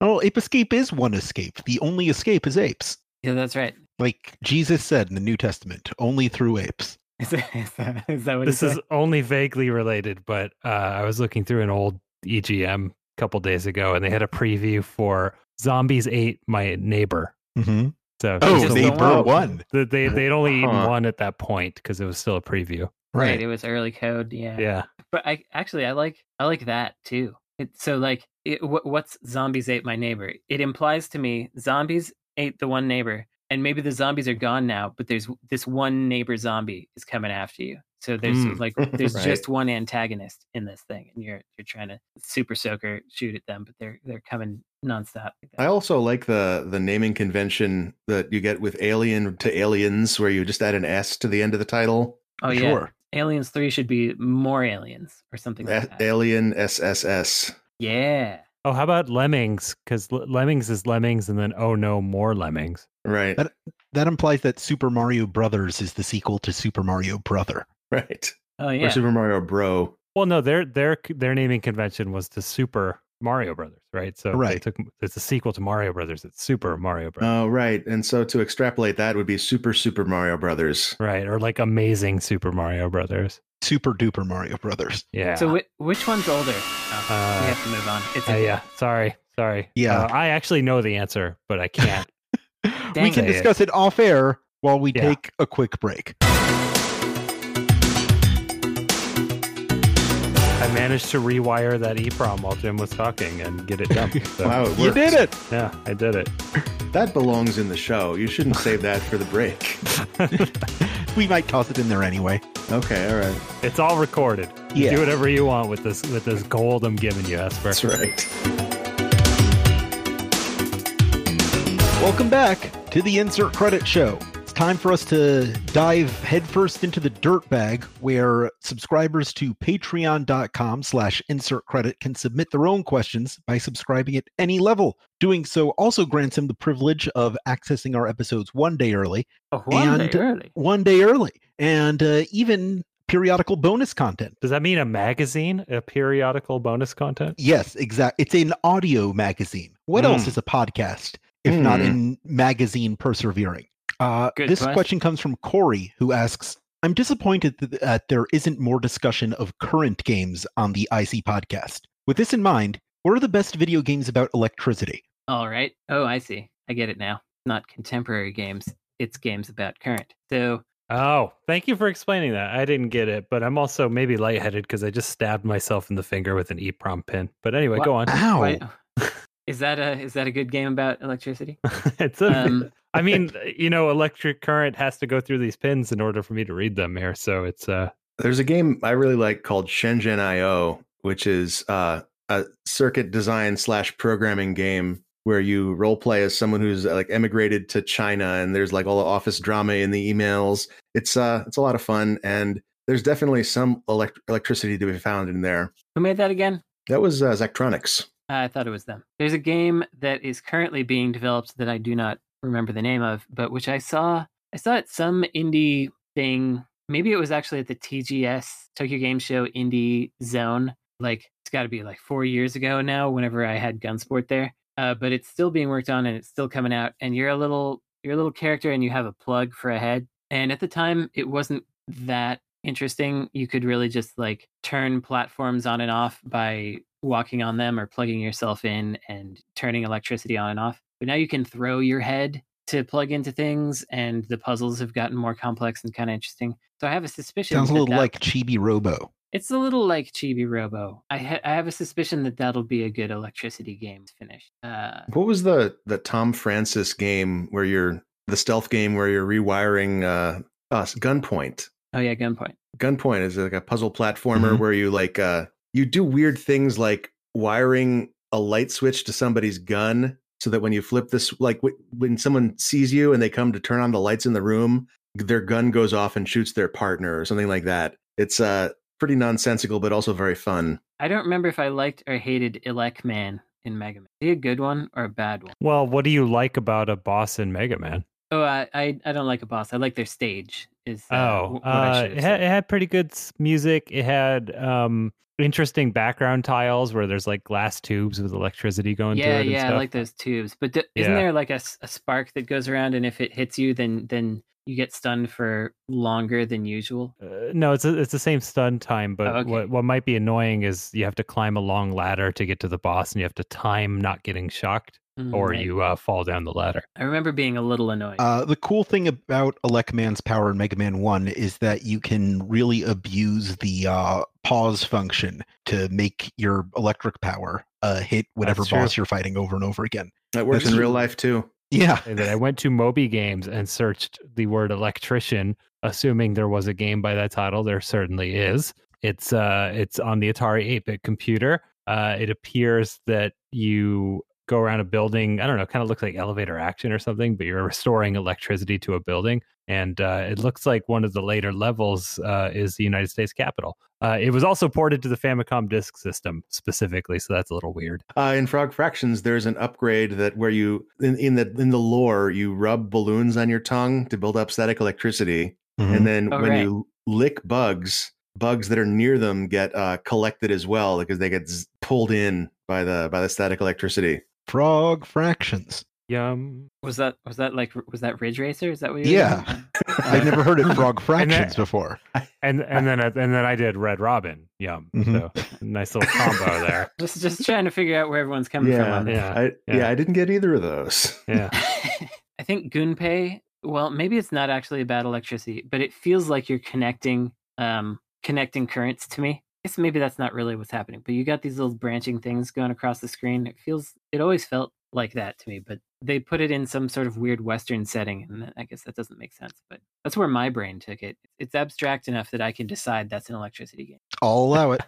Speaker 1: well, Ape Escape is one escape. The only escape is apes.
Speaker 4: Yeah, that's right. *laughs*
Speaker 1: Like Jesus said in the New Testament, only through apes.
Speaker 4: Is that, is that, is that what
Speaker 2: this is only vaguely related, but uh, I was looking through an old EGM a couple days ago, and they had a preview for Zombies Ate My Neighbor.
Speaker 1: Mm-hmm.
Speaker 2: So
Speaker 1: Oh,
Speaker 4: Just
Speaker 1: they
Speaker 4: the
Speaker 1: burn
Speaker 4: one.
Speaker 1: one.
Speaker 2: they they they'd only eaten
Speaker 3: Huh.
Speaker 2: one at that point because it was still a preview.
Speaker 4: right? It was early code. Yeah.
Speaker 2: Yeah,
Speaker 4: but I actually I like I like that too. It, so like, it, wh- what's zombies ate my neighbor? It implies to me zombies ate the one neighbor, and maybe the zombies are gone now, but there's this one neighbor zombie is coming after you. So there's
Speaker 2: Mm.
Speaker 4: like there's
Speaker 3: Right.
Speaker 4: just one antagonist in this thing, and you're you're trying to super soaker shoot at them, but they're they're coming nonstop. like that.
Speaker 3: I also like the the naming convention that you get with Alien to Aliens, where you just add an S to the end of the title.
Speaker 4: oh yeah,
Speaker 1: sure.
Speaker 4: Aliens Three should be more aliens or something like
Speaker 3: A-
Speaker 4: that.
Speaker 3: Alien SSS.
Speaker 4: yeah,
Speaker 2: Oh, how about Lemmings? Because Lemmings is Lemmings, and then oh no, more Lemmings.
Speaker 3: Right.
Speaker 1: But- That implies that Super Mario Brothers is the sequel to Super Mario Brother.
Speaker 3: *laughs* right?
Speaker 4: Oh
Speaker 3: Or
Speaker 4: yeah.
Speaker 3: Super Mario Bro.
Speaker 2: Well, no, their their their naming convention was the Super Mario Brothers, right? So they
Speaker 1: Right.
Speaker 2: took, it's a sequel to Mario Brothers. It's Super Mario Brothers,
Speaker 3: Oh, right. And so to extrapolate that would be Super Super Mario Brothers.
Speaker 2: right? Or like Amazing Super Mario Brothers.
Speaker 1: Super duper Mario Brothers. *laughs*
Speaker 2: Yeah.
Speaker 4: So whi which one's older? Oh, we
Speaker 2: Uh,
Speaker 4: have to move on. It's
Speaker 2: uh,
Speaker 4: a-
Speaker 2: yeah. Sorry. Sorry.
Speaker 1: Yeah.
Speaker 2: Uh, I actually know the answer, but I can't.
Speaker 1: we
Speaker 4: Dang
Speaker 1: can
Speaker 2: it.
Speaker 1: discuss it off air while we
Speaker 2: Yeah.
Speaker 1: take a quick break.
Speaker 2: I managed to rewire that EEPROM while Jim was talking and get it done. So,
Speaker 3: Wow, it
Speaker 1: You
Speaker 3: worked.
Speaker 1: did it.
Speaker 2: Yeah, I did it.
Speaker 3: That belongs in the show. You shouldn't save that for the
Speaker 4: *laughs*
Speaker 3: break.
Speaker 1: We might toss it *laughs* in there anyway.
Speaker 3: Okay, all right.
Speaker 2: It's all recorded. You
Speaker 1: Yeah.
Speaker 2: do whatever you want with this with this gold I'm giving you, Esper.
Speaker 3: That's right.
Speaker 1: Welcome back to the Insert Credit Show. It's time for us to dive headfirst into the dirt bag where subscribers to patreon.com slash insert credit can submit their own questions by subscribing at any level. Doing so also grants them the privilege of accessing our episodes one day early,
Speaker 4: Oh, one day
Speaker 1: And-
Speaker 4: early.
Speaker 1: one day early, and uh, even periodical bonus content.
Speaker 2: Does that mean a magazine, a periodical bonus content?
Speaker 1: Yes, exactly. It's an audio magazine. What else
Speaker 2: Mm.
Speaker 1: is a podcast if not
Speaker 3: Mm.
Speaker 1: in magazine persevering? Uh,
Speaker 4: Hmm. Good
Speaker 1: this
Speaker 4: question.
Speaker 1: question comes from Corey, who asks I'm disappointed that, that there isn't more discussion of current games on the IC podcast. With this in mind, what are the best video games about electricity?
Speaker 4: All right. Oh, I see. I get it now. Not contemporary games. It's games about current. So
Speaker 2: Oh, thank you for explaining that. I didn't get it, but I'm also maybe lightheaded because I just stabbed myself in the finger with an EEPROM pin. But anyway,
Speaker 4: Wha-
Speaker 2: go on. *laughs*
Speaker 1: Ow.
Speaker 4: why- *laughs* is that a is that a good game about
Speaker 2: *laughs*
Speaker 4: electricity?
Speaker 2: it's a,
Speaker 4: Um,
Speaker 2: I mean, you know, electric current has to go through these pins in order for me to read them here. So it's uh
Speaker 3: There's a game I really like called Shenzhen IO, which is uh, a circuit design slash programming game where you role play as someone who's uh, like emigrated to China, and there's like all the office drama in the emails. It's uh, it's a lot of fun, and there's definitely some elect- electricity to be found in there.
Speaker 4: Who made that again?
Speaker 3: That was uh, Zectronics.
Speaker 4: I thought it was them. There's a game that is currently being developed that I do not remember the name of, but which I saw I saw at some indie thing. Maybe it was actually at the TGS Tokyo Game Show Indie Zone. Like it's got to be like four years ago now. Whenever I had Gunsport there, uh, but it's still being worked on and it's still coming out. And you're a little you're a little character and you have a plug for a head. And at the time, it wasn't that interesting. You could really just like turn platforms on and off by walking on them or plugging yourself in and turning electricity on and off. But now you can throw your head to plug into things, and the puzzles have gotten more complex and kind of interesting. So I have a suspicion.
Speaker 1: Sounds a
Speaker 4: that
Speaker 1: little
Speaker 4: that-
Speaker 1: like Chibi Robo.
Speaker 4: it's a little like Chibi Robo. I ha- I have a suspicion that that'll be a good electricity game to finish. Uh,
Speaker 3: What was the the Tom Francis game where you're the stealth game where you're rewiring uh, us gunpoint?
Speaker 4: oh yeah, gunpoint.
Speaker 3: Gunpoint is like a puzzle platformer
Speaker 1: Mhm.
Speaker 3: where you like uh you do weird things like wiring a light switch to somebody's gun so that when you flip this like w- when someone sees you and they come to turn on the lights in the room their gun goes off and shoots their partner or something like that. It's uh pretty nonsensical but also very fun.
Speaker 4: I don't remember if I liked or hated Elec Man in Mega Man. Is he a good one or a bad one?
Speaker 2: well, what do you like about a boss in Mega Man?
Speaker 4: Oh, I, I I don't like a boss. I like their stage. Is uh, wh-
Speaker 2: Oh,
Speaker 4: what I
Speaker 2: uh,
Speaker 4: should've
Speaker 2: it, had,
Speaker 4: said.
Speaker 2: it had pretty good s- music. It had um, interesting background tiles where there's like glass tubes with electricity going through
Speaker 4: yeah,
Speaker 2: it. and
Speaker 4: yeah, I
Speaker 2: stuff.
Speaker 4: like those tubes. But d- isn't
Speaker 2: Yeah.
Speaker 4: there like a, s- a spark that goes around, and if it hits you, then then you get stunned for longer than usual?
Speaker 2: Uh, no, it's a, it's the same stun time, but
Speaker 4: Oh, okay.
Speaker 2: what what might be annoying is you have to climb a long ladder to get to the boss, and you have to time not getting shocked,
Speaker 4: Mm,
Speaker 2: or
Speaker 4: I-
Speaker 2: you uh, fall down the ladder.
Speaker 4: I remember being a little annoyed.
Speaker 1: Uh, the cool thing about Elec Man's power in Mega Man 1 is that you can really abuse the uh, pause function to make your electric power uh, hit whatever
Speaker 2: That's true.
Speaker 1: boss you're fighting over and over again.
Speaker 3: That works
Speaker 1: That's-
Speaker 3: in real life too.
Speaker 1: Yeah.
Speaker 2: And then I went to Moby Games and searched the word electrician, assuming there was a game by that title. There certainly is. It's uh, it's on the Atari 8-bit computer. Uh, it appears that you go around a building. I don't know, kind of looks like elevator action or something, but you're restoring electricity to a building. And uh, it looks like one of the later levels uh, is the United States Capitol. Uh, it was also ported to the Famicom disk system specifically, so that's a little weird.
Speaker 3: Uh, in Frog Fractions, there's an upgrade that where you in, in the in the lore you rub balloons on your tongue to build up static electricity,
Speaker 2: Mm-hmm.
Speaker 3: and then
Speaker 4: Oh,
Speaker 3: when
Speaker 4: right.
Speaker 3: you lick bugs, bugs that are near them get uh, collected as well because they get z- pulled in by the by the static electricity.
Speaker 1: Frog fractions.
Speaker 2: Yum.
Speaker 4: Was that was that like was that Ridge Racer? Is that what you?
Speaker 1: Yeah. *laughs* I've never heard
Speaker 2: *laughs*
Speaker 1: of frog
Speaker 2: And that-
Speaker 1: fractions before.
Speaker 2: And and then I, and then I did Red Robin. Yum.
Speaker 1: Mhm.
Speaker 2: So nice little combo
Speaker 4: *laughs*
Speaker 2: there.
Speaker 4: *laughs* Just just trying to figure out where everyone's coming from. On this. *laughs*
Speaker 2: Yeah.
Speaker 3: I, yeah,
Speaker 2: yeah.
Speaker 3: I didn't get either of those. *laughs*
Speaker 2: Yeah.
Speaker 4: I think Gunpei. Well, maybe it's not actually about electricity, but it feels like you're connecting um connecting currents to me. I guess maybe that's not really what's happening, but you got these little branching things going across the screen. It feels it always felt like that to me, but they put it in some sort of weird western setting and I guess that doesn't make sense, but that's where my brain took it. It's abstract enough that I can decide that's an electricity game.
Speaker 1: I'll allow
Speaker 2: *laughs*
Speaker 1: it.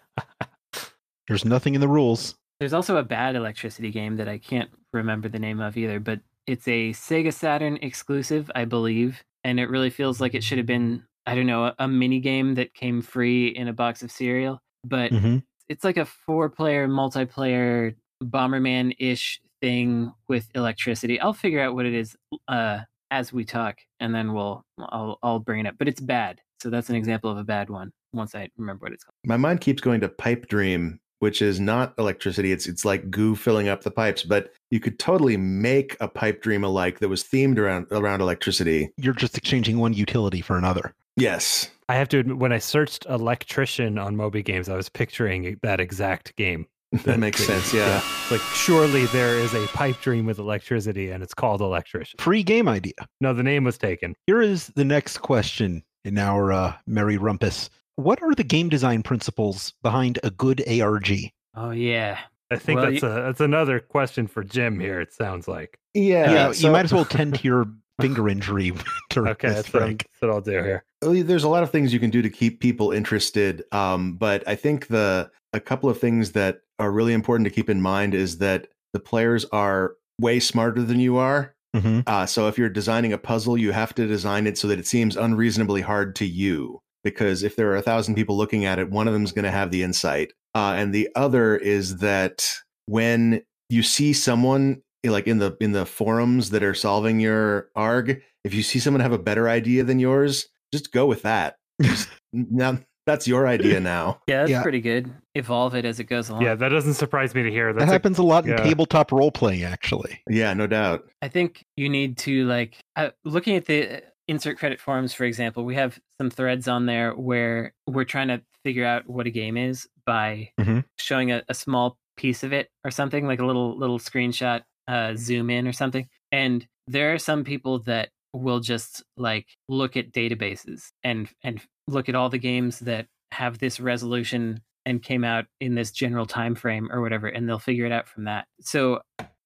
Speaker 1: There's nothing in the rules.
Speaker 4: There's also a bad electricity game that I can't remember the name of either, but it's a Sega Saturn exclusive, I believe, and it really feels like it should have been, I don't know, a, a mini game that came free in a box of cereal, but
Speaker 2: Mm-hmm.
Speaker 4: it's like a four-player multiplayer Bomberman-ish thing with electricity. I'll figure out what it is uh, as we talk, and then we'll I'll, I'll bring it up. But it's bad, so that's an example of a bad one. Once I remember what it's called.
Speaker 3: My mind keeps going to pipe dream, which is not electricity. It's it's like goo filling up the pipes, but you could totally make a pipe dream alike that was themed around around electricity.
Speaker 1: You're just exchanging one utility for another.
Speaker 3: Yes. *laughs*
Speaker 2: I have to admit, when I searched electrician on Moby Games, I was picturing that exact game.
Speaker 3: That makes sense. Yeah.
Speaker 2: Like, surely there is a pipe dream with electricity, and it's called electrician.
Speaker 1: Free game idea.
Speaker 2: No, the name was taken.
Speaker 1: Here is the next question in our uh, merry rumpus. What are the game design principles behind a good ARG?
Speaker 4: Oh yeah,
Speaker 2: I think
Speaker 4: Well,
Speaker 2: that's a that's another question for Jim here. It sounds like
Speaker 3: Yeah.
Speaker 1: Yeah, you
Speaker 3: so-
Speaker 1: might as well tend to your finger injury. *laughs* during
Speaker 2: okay.
Speaker 1: this,
Speaker 2: That's what, I'm- *laughs*
Speaker 1: Frank.
Speaker 2: that's what I'll do here.
Speaker 3: Oh, yeah, there's a lot of things you can do to keep people interested um, but i think the a couple of things that are really important to keep in mind is that the players are way smarter than you are
Speaker 1: Mhm.
Speaker 3: uh, so if you're designing a puzzle you have to design it so that it seems unreasonably hard to you because if there are a thousand people looking at it one of them's going to have the insight uh, and the other is that when you see someone eh, like in the in the forums that are solving your arg if you see someone have a better idea than yours just go with that Just- now that's your idea now
Speaker 4: yeah, that's
Speaker 1: Yeah.
Speaker 4: pretty good. Evolve it as it goes along.
Speaker 2: Yeah, that doesn't surprise me to hear.
Speaker 1: *laughs* That
Speaker 2: That's a,
Speaker 1: happens a lot in
Speaker 2: yeah.
Speaker 1: tabletop role playing, actually.
Speaker 3: yeah no doubt
Speaker 4: I think you need to like uh, looking at the uh, insert credit forums, for example. We have some threads on there where we're trying to figure out what a game is by
Speaker 1: Mhm.
Speaker 4: showing a, a small piece of it or something, like a little little screenshot, uh, zoom in or something. And there are some people that will just like look at databases and and look at all the games that have this resolution and came out in this general time frame or whatever and they'll figure it out from that so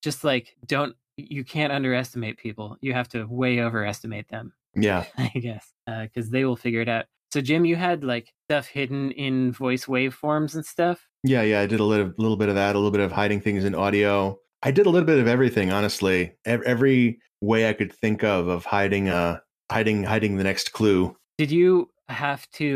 Speaker 4: just like don't you can't underestimate people. You have to way overestimate them, *laughs*
Speaker 3: yeah
Speaker 4: I guess, because they will figure it out. So, Jim, you had like stuff hidden in voice waveforms and stuff.
Speaker 3: yeah yeah i did a little, little bit of that a little bit of hiding things in audio i did a little bit of everything honestly Ev- every way i could think of of hiding uh hiding hiding the next clue
Speaker 4: Did you have to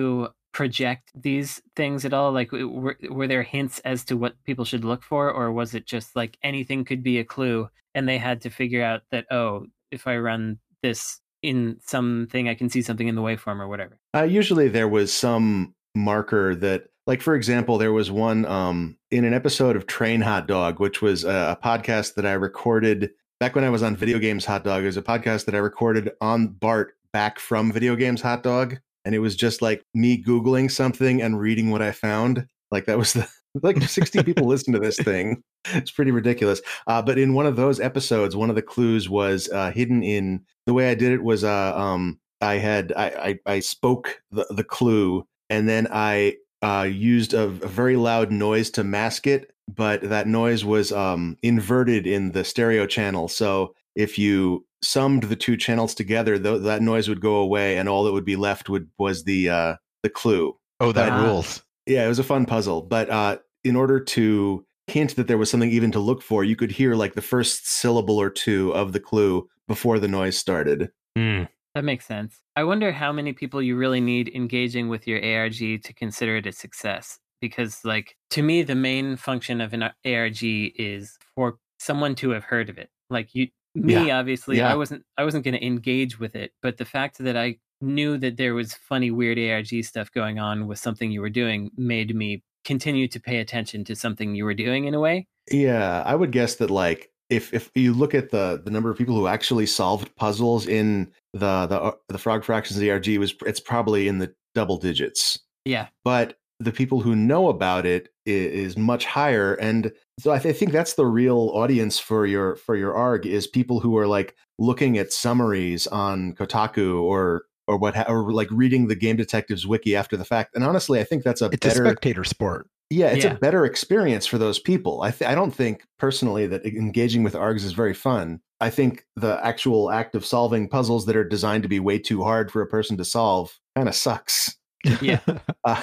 Speaker 4: project these things at all? Like, w- were, were there hints as to what people should look for, or was it just like anything could be a clue and they had to figure out that, oh, if I run this in something, I can see something in the waveform or whatever?
Speaker 3: Uh, usually there was some marker that, like, for example, there was one um, in an episode of Train Hot Dog, which was a, a podcast that I recorded back when I was on Video Games Hot Dog. It was a podcast that I recorded on BART back from Video Games Hot Dog. And it was just like me Googling something and reading what I found. Like, that was the. *laughs* Like 60 people listen to this thing. It's pretty ridiculous. Uh, but in one of those episodes, one of the clues was uh, hidden in the way I did it was uh, um, I had I I, I spoke the, the clue and then I uh, used a, a very loud noise to mask it, but that noise was um, inverted in the stereo channel. So if you summed the two channels together, tho- that noise would go away, and all that would be left would was the uh, the clue.
Speaker 1: Oh, that
Speaker 4: Ah.
Speaker 1: rules.
Speaker 3: Yeah, it was a fun puzzle, but uh, in order to hint that there was something even to look for, you could hear like the first syllable or two of the clue before the noise started.
Speaker 2: Hmm.
Speaker 4: That makes sense. I wonder how many people you really need engaging with your ARG to consider it a success. Because, like, to me, the main function of an ARG is for someone to have heard of it. Like you, me, obviously,
Speaker 3: Yeah.
Speaker 4: I wasn't, I wasn't going to engage with it. But the fact that I knew that there was funny, weird ARG stuff going on with something you were doing made me continue to pay attention to something you were doing in a way.
Speaker 3: Yeah, I would guess that like if if you look at the the number of people who actually solved puzzles in the the the Frog Fractions ERG was it's probably in the double digits.
Speaker 4: Yeah.
Speaker 3: but the people who know about it i- is, much higher and so I, th- I think that's the real audience for your for your arg is people who are like looking at summaries on kotaku or or what ha- or like reading the game detectives wiki after the fact and honestly i think that's a
Speaker 1: It's a
Speaker 3: better
Speaker 1: spectator sport.
Speaker 3: yeah it's
Speaker 4: Yeah.
Speaker 3: a better experience for those people I, th- I don't think personally that e, engaging with args is very fun i think the actual act of solving puzzles that are designed to be way too hard for a person to solve kind of sucks
Speaker 4: Yeah.
Speaker 3: *laughs* uh,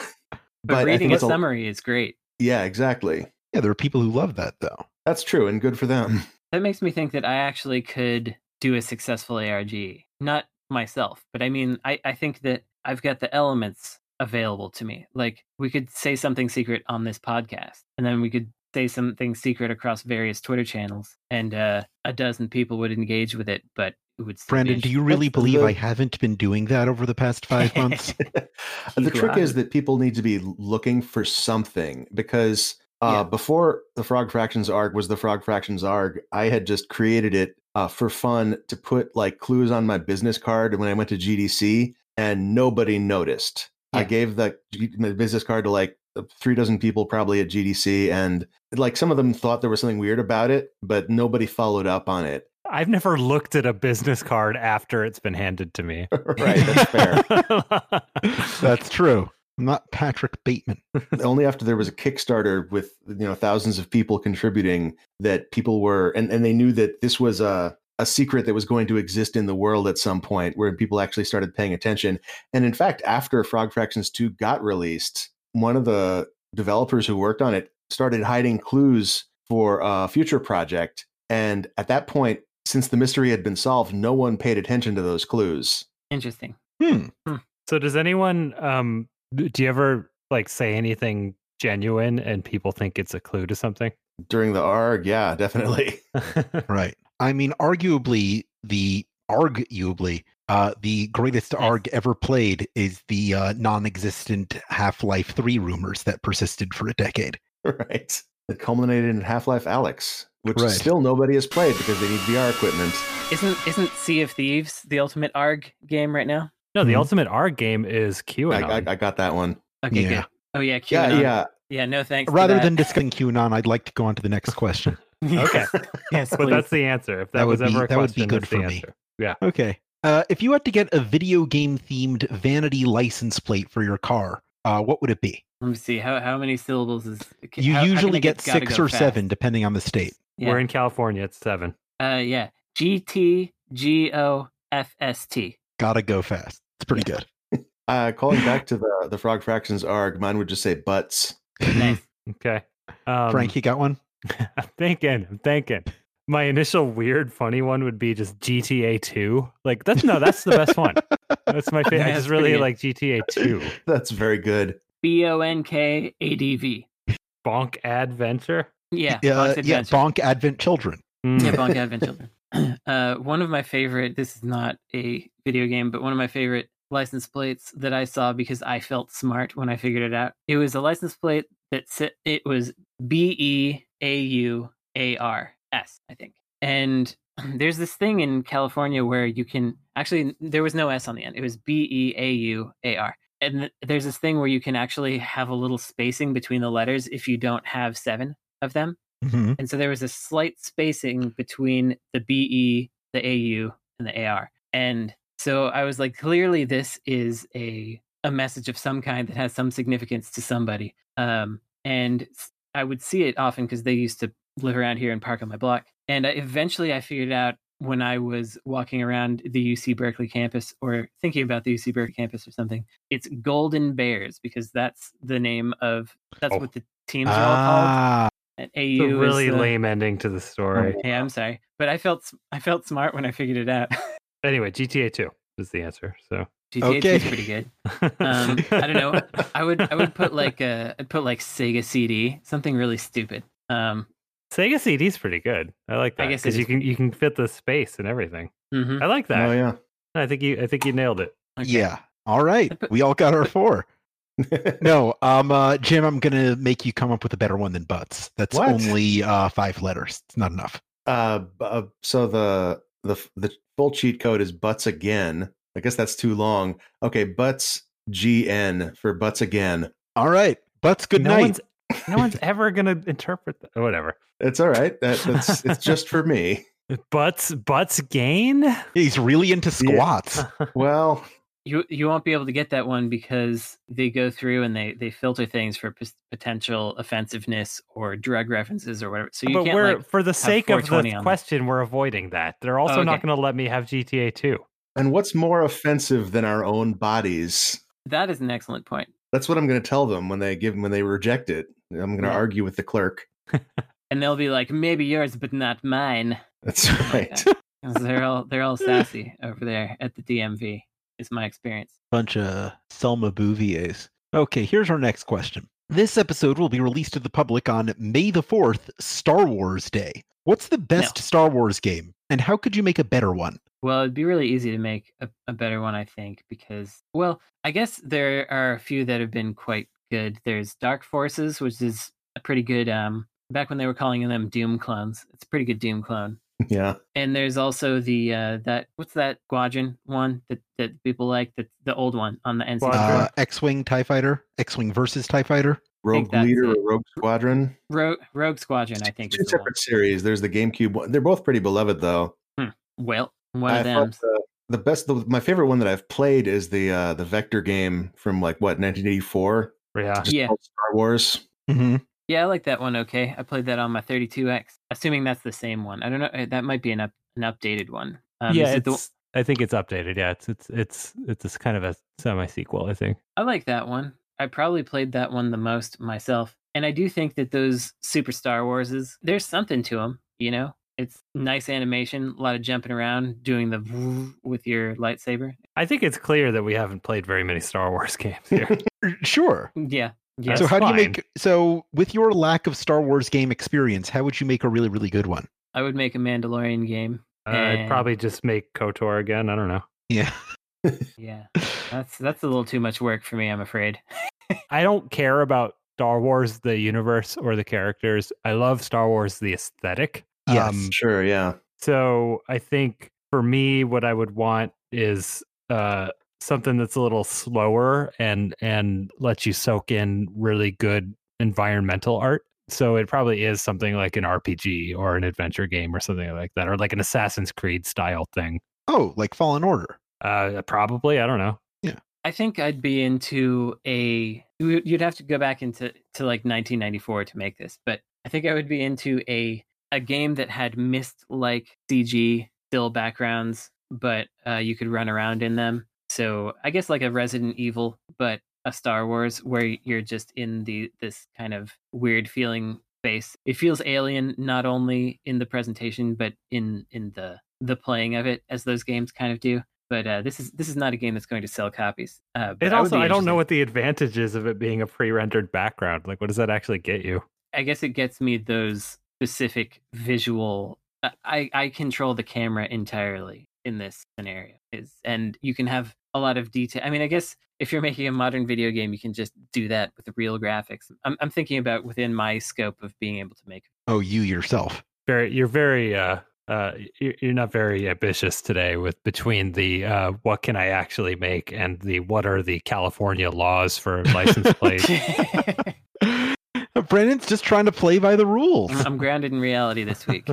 Speaker 4: But,
Speaker 3: I
Speaker 4: reading
Speaker 3: think
Speaker 4: a
Speaker 3: it's
Speaker 4: summary is great.
Speaker 3: yeah, exactly.
Speaker 1: yeah, there are people who love that though.
Speaker 3: That's true and good for them.
Speaker 4: That makes me think that I actually could do a successful ARG. Not myself, but I mean, I, I think that I've got the elements available to me. Like, we could say something secret on this podcast, and then we could say something secret across various Twitter channels, and uh, a dozen people would engage with it, but it would still be
Speaker 1: Brandon, do
Speaker 4: interesting.
Speaker 1: you really
Speaker 3: That's the-
Speaker 1: believe I haven't been doing that over the past five months?
Speaker 3: the
Speaker 4: Keep
Speaker 3: trick
Speaker 4: lying.
Speaker 3: is that people need to be looking for something because uh,
Speaker 4: Yeah.
Speaker 3: before the Frog Fractions ARG was the Frog Fractions ARG, I had just created it uh, for fun to put like clues on my business card when I went to GDC and nobody noticed. I
Speaker 4: Yeah.
Speaker 3: gave the G- my business card to like three dozen people probably at GDC and like some of them thought there was something weird about it, but nobody followed up on it. *laughs*
Speaker 2: I've never looked at a business card after it's been handed to me.
Speaker 3: right,
Speaker 4: *laughs*
Speaker 2: *laughs*
Speaker 3: that's fair.
Speaker 1: That's true. I'm not Patrick Bateman.
Speaker 3: only after there was a Kickstarter with you know thousands of people contributing that people were and, and they knew that this was a a secret that was going to exist in the world at some point where people actually started paying attention. And in fact, after Frog Fractions 2 got released, one of the developers who worked on it started hiding clues for a future project. And at that point, since the mystery had been solved, no one paid attention to those clues.
Speaker 4: Interesting.
Speaker 1: Hmm.
Speaker 2: so does anyone um d- do you ever like say anything genuine and people think it's a clue to something? *laughs*
Speaker 3: During the ARG, yeah, *laughs* definitely.
Speaker 1: Right. I mean, arguably the arguably uh, the greatest arg ever played is the uh, non-existent Half-Life Three rumors that persisted for a decade.
Speaker 3: right. That culminated in Half Life Alex, which
Speaker 1: Right.
Speaker 3: still nobody has played because they need VR equipment.
Speaker 4: Isn't isn't Sea of Thieves the ultimate ARG game right now?
Speaker 2: no, the
Speaker 1: Mhm.
Speaker 2: ultimate R game is
Speaker 3: I,
Speaker 2: QAnon.
Speaker 3: I, I got that one.
Speaker 4: Okay,
Speaker 1: Yeah.
Speaker 4: good. Oh yeah,
Speaker 3: Yeah,
Speaker 4: QAnon.
Speaker 3: yeah.
Speaker 4: yeah. No thanks. to
Speaker 1: Rather
Speaker 4: that.
Speaker 1: than discussing QAnon, I'd like to go on to the next question.
Speaker 2: okay.
Speaker 4: *laughs*
Speaker 1: *laughs*
Speaker 4: yes,
Speaker 2: but
Speaker 4: please.
Speaker 2: that's the answer. If that,
Speaker 1: That would
Speaker 2: was
Speaker 1: be-
Speaker 2: ever a
Speaker 1: that would be
Speaker 2: question,
Speaker 1: good
Speaker 2: that's the
Speaker 1: for me.
Speaker 2: answer. Yeah.
Speaker 1: Okay. Uh, if you had to get a video game themed vanity license plate for your car, uh, what would it be?
Speaker 4: Let me see. How how many syllables is ca-
Speaker 1: You
Speaker 4: how- how can
Speaker 1: usually
Speaker 4: I
Speaker 1: get
Speaker 4: gotta
Speaker 1: six
Speaker 4: go
Speaker 1: or
Speaker 4: fast?
Speaker 1: seven, depending on the state.
Speaker 4: Yeah.
Speaker 2: We're in California. It's seven.
Speaker 4: uh yeah. G T G O F
Speaker 1: *laughs*
Speaker 4: S T.
Speaker 1: Gotta go fast. It's pretty good.
Speaker 3: Uh, calling back to the, the Frog Fractions ARG, mine would just say butts.
Speaker 4: Nice.
Speaker 2: Okay.
Speaker 1: *laughs*
Speaker 2: Um,
Speaker 1: Frank, you got one?
Speaker 2: I'm *laughs* thinking. I'm thinking. My initial weird, funny one would be just GTA 2. Like that's no, that's the best one. That's my favorite. I
Speaker 4: Yeah,
Speaker 2: just
Speaker 4: it's
Speaker 2: really
Speaker 4: pretty
Speaker 2: like GTA 2.
Speaker 3: *laughs* That's very good.
Speaker 4: B O N K A D V.
Speaker 2: Bonk Adventure.
Speaker 4: Yeah.
Speaker 1: Yeah,
Speaker 4: Bonk's
Speaker 1: uh, yeah,
Speaker 4: Adventure.
Speaker 1: Bonk Advent Children.
Speaker 2: Mm.
Speaker 4: yeah, Bonk Advent Children. *clears throat* Uh, one of my favorite. This is not a video game, but one of my favorite license plates that I saw because I felt smart when I figured it out. It was a license plate that said it was B E A U A R S, I think. And *clears throat* there's this thing in California where you can actually there was no S on the end. It was B E A U A R. And th- there's this thing where you can actually have a little spacing between the letters if you don't have seven of them.
Speaker 1: Mhm.
Speaker 4: And so there was a slight spacing between the BE, the AU, and the AR. And so I was like, clearly this is a a message of some kind that has some significance to somebody. Um, and s- I would see it often because they used to live around here and park on my block. And I, eventually I figured out when I was walking around the UC Berkeley campus or thinking about the UC Berkeley campus or something, it's Golden Bears because that's the name of that's
Speaker 2: Oh.
Speaker 4: what the teams are all called
Speaker 1: Ah,
Speaker 4: And
Speaker 2: It's
Speaker 4: AU
Speaker 2: a
Speaker 4: is
Speaker 2: really
Speaker 4: the-
Speaker 2: lame ending to the story.
Speaker 4: Yeah, I'm sorry, but I felt I felt smart when I figured it out. *laughs*
Speaker 2: Anyway, GTA 2 is the answer. So
Speaker 4: GTA
Speaker 1: Okay.
Speaker 4: is pretty good. Um, I don't know. I would I would put like a I'd put like Sega CD, something really stupid. Um,
Speaker 2: *laughs* Sega CD's pretty good. I like
Speaker 4: I
Speaker 2: that
Speaker 4: guess it
Speaker 2: because you
Speaker 4: is.
Speaker 2: can you can fit the space and everything.
Speaker 4: mhm.
Speaker 2: I like that.
Speaker 3: Oh yeah. *laughs*
Speaker 2: I think you I think you nailed it.
Speaker 4: Okay.
Speaker 1: Yeah. All right. We all got our four. No, um, uh, Jim, I'm gonna make you come up with a better one than Butts. That's
Speaker 3: What?
Speaker 1: only uh, five letters. It's not enough.
Speaker 3: uh, b- uh, so the the the full cheat code is butts again. I guess that's too long. Okay, butts GN for butts again.
Speaker 1: All right, Butts. Good
Speaker 2: no
Speaker 1: night.
Speaker 2: One's, no one's ever gonna interpret that. Whatever.
Speaker 3: It's all right. That, that's it's just for me.
Speaker 2: Butts butts gain.
Speaker 1: He's really into squats.
Speaker 3: Well,
Speaker 4: You you won't be able to get that one because they go through and they they filter things for p- potential offensiveness or drug references or whatever. So you
Speaker 2: but
Speaker 4: can't
Speaker 2: we're
Speaker 4: like
Speaker 2: for the sake of
Speaker 4: 420
Speaker 2: the
Speaker 4: on that.
Speaker 2: question, we're avoiding that. They're also not
Speaker 4: okay.
Speaker 2: gonna let me have GTA 2.
Speaker 3: and what's more offensive than our own bodies?
Speaker 4: that is an excellent point.
Speaker 3: That's what I'm going to tell them when they give when they reject it. I'm going to
Speaker 4: Yeah.
Speaker 3: argue with the clerk. *laughs*
Speaker 4: And they'll be like, maybe yours, but not mine.
Speaker 3: That's
Speaker 4: Like
Speaker 3: right. *laughs*
Speaker 4: that. *laughs* 'Cause they're all they're all sassy over there at the DMV. Is my experience.
Speaker 1: bunch of Selma Bouviers. Okay, here's our next question. This episode will be released to the public on May the 4th, Star Wars Day. What's the best Star Wars game, and how could you make a better one?
Speaker 4: Well, it'd be really easy to make a, a better one, I think, because, well, I guess there are a few that have been quite good. There's Dark Forces, which is a pretty good, um, back when they were calling them Doom clones. It's a pretty good Doom clone.
Speaker 3: Yeah.
Speaker 4: And there's also the, uh, that, what's that Guadron one that, that people like? The, the old one on the NC.
Speaker 2: Sure.
Speaker 1: Uh, X Wing TIE Fighter? X Wing versus TIE Fighter?
Speaker 3: Rogue
Speaker 4: that's
Speaker 3: Leader
Speaker 4: it.
Speaker 3: or Rogue Squadron.
Speaker 4: Rogue, Rogue Squadron, I think.
Speaker 3: Two
Speaker 4: Is the one.
Speaker 3: separate series. There's the GameCube one. They're both pretty beloved though.
Speaker 4: Well, one
Speaker 3: I
Speaker 4: of them.
Speaker 3: thought The, the best, the, my favorite one that I've played is the uh, the vector game from like what 1984.
Speaker 2: Yeah.
Speaker 3: Just
Speaker 4: Yeah.
Speaker 3: called Star Wars.
Speaker 1: Mm-hmm.
Speaker 4: Yeah, I like that one. Okay, I played that on my 32x. Assuming that's the same one. I don't know. uh, That might be an up, an updated one. Um,
Speaker 2: yeah,
Speaker 4: is it the-
Speaker 2: it's- I think it's updated. Yeah, it's it's it's it's just kind of a semi sequel. I think.
Speaker 4: I like that one. I probably played that one the most myself. And I do think that those Super Star Warses, there's something to them, you know? It's nice animation, a lot of jumping around, doing the with your lightsaber.
Speaker 2: I think it's clear that we haven't played very many Star Wars *laughs* games here.
Speaker 1: Sure.
Speaker 4: Yeah. Yeah.
Speaker 1: so,
Speaker 2: That's
Speaker 1: how do you
Speaker 2: fine.
Speaker 1: make, so with your lack of Star Wars game experience, how would you make a really, really good one?
Speaker 4: I would make a Mandalorian game.
Speaker 2: Uh, I'd
Speaker 4: Eh.
Speaker 2: probably just make Kotor again. I don't know.
Speaker 1: Yeah.
Speaker 4: Yeah. That's that's a little too much work for me, I'm afraid.
Speaker 2: I don't care about Star Wars the universe or the characters. I love Star Wars the aesthetic. Um,
Speaker 1: Yes.
Speaker 3: Sure, yeah.
Speaker 2: so I think for me, what I would want is uh, something that's a little slower and and lets you soak in really good environmental art. So it probably is something like an RPG or an adventure game or something like that, or like an Assassin's Creed style thing.
Speaker 1: Oh, like Fallen Order.
Speaker 2: Uh, probably, I don't know.
Speaker 4: I think I'd be into a. you- You'd have to go back into to like 1994 to make this, but I think I would be into a a game that had mist like CG still backgrounds, but uh, you could run around in them. So I guess like a Resident Evil, but a Star Wars, where you're just in the this kind of weird feeling space. It feels alien not only in the presentation, but in in the the playing of it, as those games kind of do but uh, this is this is not a game that's going to sell copies. Uh, but
Speaker 2: It
Speaker 4: would
Speaker 2: also,
Speaker 4: be
Speaker 2: I don't know
Speaker 4: interested-
Speaker 2: what the advantage is of it being a pre-rendered background. Like, what does that actually get you?
Speaker 4: I guess it gets me those specific visual. I- I I control the camera entirely in this scenario, is and you can have a lot of detail. I mean, I guess if you're making a modern video game, you can just do that with real graphics. I'm I'm thinking about within my scope of being able to make.
Speaker 1: Oh, you
Speaker 4: *laughs*
Speaker 1: yourself.
Speaker 2: very you're very uh uh you're, you're not very ambitious today with between the uh what can i actually make and the what are the california laws for
Speaker 4: *laughs*
Speaker 2: license plates
Speaker 1: Brandon's just trying to play by the rules.
Speaker 4: I'm
Speaker 1: *laughs*
Speaker 4: I'm grounded in reality this week.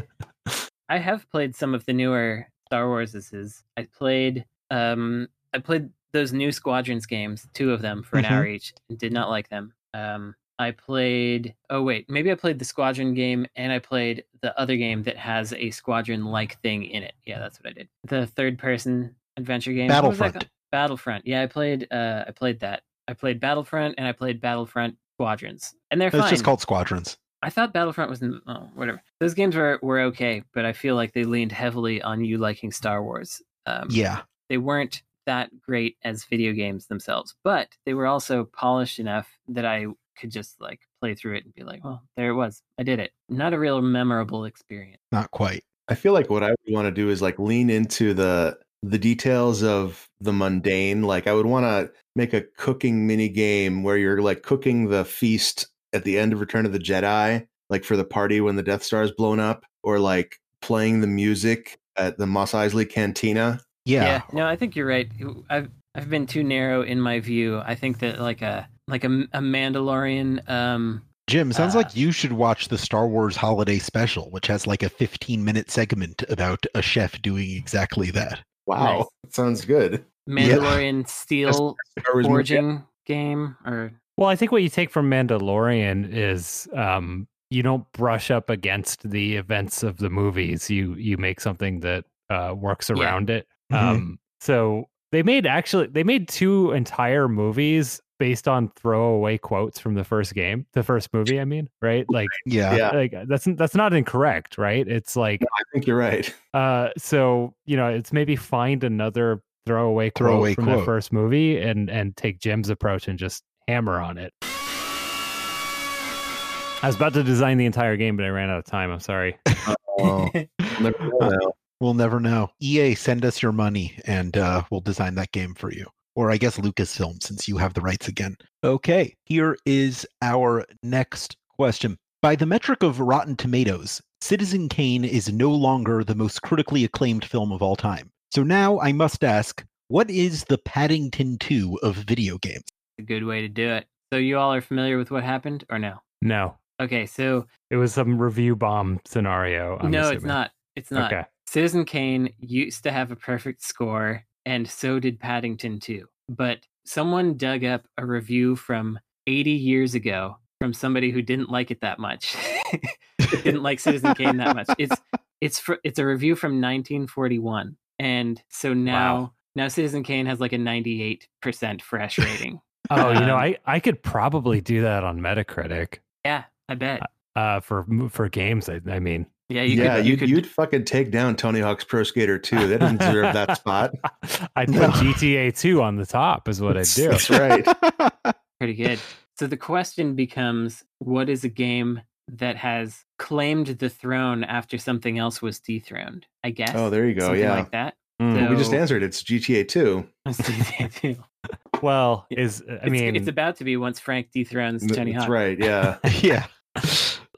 Speaker 4: I have played some of the newer Star Warses. I played um I played those new Squadrons games, two of them for an hour
Speaker 1: Mm-hmm.
Speaker 4: each, and did not like them. Um I played oh wait, maybe I played the Squadron game and I played the other game that has a squadron like thing in it. Yeah, that's what I did. The third person adventure game. What was that
Speaker 1: Battlefront.
Speaker 4: called? Battlefront. Yeah, I played uh I played that. I played Battlefront and I played Battlefront Squadrons. And they're
Speaker 1: It's
Speaker 4: fine.
Speaker 1: just called Squadrons.
Speaker 4: I thought Battlefront was oh, whatever. Those games were were okay, but I feel like they leaned heavily on you liking Star Wars. Um,
Speaker 1: Yeah.
Speaker 4: they weren't that great as video games themselves, but they were also polished enough that I could just like play through it and be like, well, there it was. I did it. Not a real memorable experience.
Speaker 1: Not quite.
Speaker 3: I feel like what I would want to do is like lean into the the details of the mundane. Like I would want to make a cooking mini game where you're like cooking the feast at the end of Return of the Jedi, like for the party when the Death Star is blown up, or like playing the music at the Moss Eisley Cantina.
Speaker 1: Yeah.
Speaker 4: No, I think you're right. I've I've been too narrow in my view. I think that like a like a, a Mandalorian um
Speaker 1: Jim, sounds
Speaker 4: Uh,
Speaker 1: like you should watch the Star Wars holiday special, which has like a 15 minute segment about a chef doing exactly that.
Speaker 3: Wow,
Speaker 4: Nice.
Speaker 3: that sounds good.
Speaker 4: Mandalorian steel
Speaker 3: Star Wars movie.
Speaker 4: forging game or
Speaker 2: Well, I think what you take from Mandalorian is um, you don't brush up against the events of the movies. You you make something that uh, works
Speaker 4: Yeah.
Speaker 2: around it.
Speaker 1: Mhm.
Speaker 2: Um, so they made actually they made two entire movies based on throwaway quotes from the first game, the first movie. I mean, right? Like,
Speaker 1: Yeah.
Speaker 3: Yeah.
Speaker 2: like that's that's not incorrect, right? It's like
Speaker 3: I think you're
Speaker 4: *laughs*
Speaker 3: right. *laughs*
Speaker 2: uh, so you know, it's maybe find another throwaway quote
Speaker 1: Throwaway
Speaker 2: from
Speaker 1: quote.
Speaker 2: the first movie and and take Jim's approach and just hammer on it. I was about to design the entire game, but I ran out of time. I'm sorry.
Speaker 3: Wow.
Speaker 4: *laughs*
Speaker 1: *laughs*
Speaker 3: Never know now.
Speaker 1: We'll never know. EA, send us your money and uh, we'll design that game for you. Or I guess Lucasfilm, since you have the rights again. Okay, here is our next question. By the metric of Rotten Tomatoes, Citizen Kane is no longer the most critically acclaimed film of all time. So now I must ask, what is the Paddington 2 of video games?
Speaker 4: a good way to do it. So you all are familiar with what happened or no?
Speaker 2: No,
Speaker 4: Okay, so
Speaker 2: it was some review bomb scenario. I'm
Speaker 4: no, it's
Speaker 2: assuming.
Speaker 4: not. It's not.
Speaker 2: Okay.
Speaker 4: Citizen Kane used to have a perfect score, and so did Paddington too. But someone dug up a review from 80 years ago from somebody who didn't like it that much, *laughs* didn't like Citizen Kane that much. It's it's fr- it's a review from 1941, and so now now Citizen Kane has like a 98 percent fresh rating.
Speaker 2: Oh, you know,
Speaker 4: Um,
Speaker 2: I I could probably do that on Metacritic.
Speaker 4: yeah, I bet.
Speaker 2: Uh, for for games, I, I mean, *laughs*
Speaker 4: Yeah, you
Speaker 3: yeah,
Speaker 4: could,
Speaker 3: you,
Speaker 4: you could
Speaker 3: you'd fucking take down Tony Hawk's Pro Skater 2. That doesn't deserve
Speaker 4: *laughs*
Speaker 3: that spot.
Speaker 2: I'd put
Speaker 1: No.
Speaker 2: GTA 2 on the top, is what I'd do.
Speaker 4: *laughs*
Speaker 3: That's right.
Speaker 4: Pretty good. So the question becomes what is a game that has claimed the throne after something else was dethroned? I guess.
Speaker 3: Oh, there you go.
Speaker 4: Something
Speaker 3: yeah.
Speaker 4: like that. *laughs*
Speaker 2: Mm.
Speaker 3: We just
Speaker 4: So-
Speaker 3: answered. It's GTA 2.
Speaker 4: It's GTA 2.
Speaker 2: Well,
Speaker 4: Yeah.
Speaker 2: is I
Speaker 4: It's-
Speaker 2: mean,
Speaker 4: it's, about to be once Frank dethrones Tony
Speaker 3: That's
Speaker 4: Hawk.
Speaker 2: *laughs*
Speaker 3: right. Yeah.
Speaker 1: *laughs* yeah.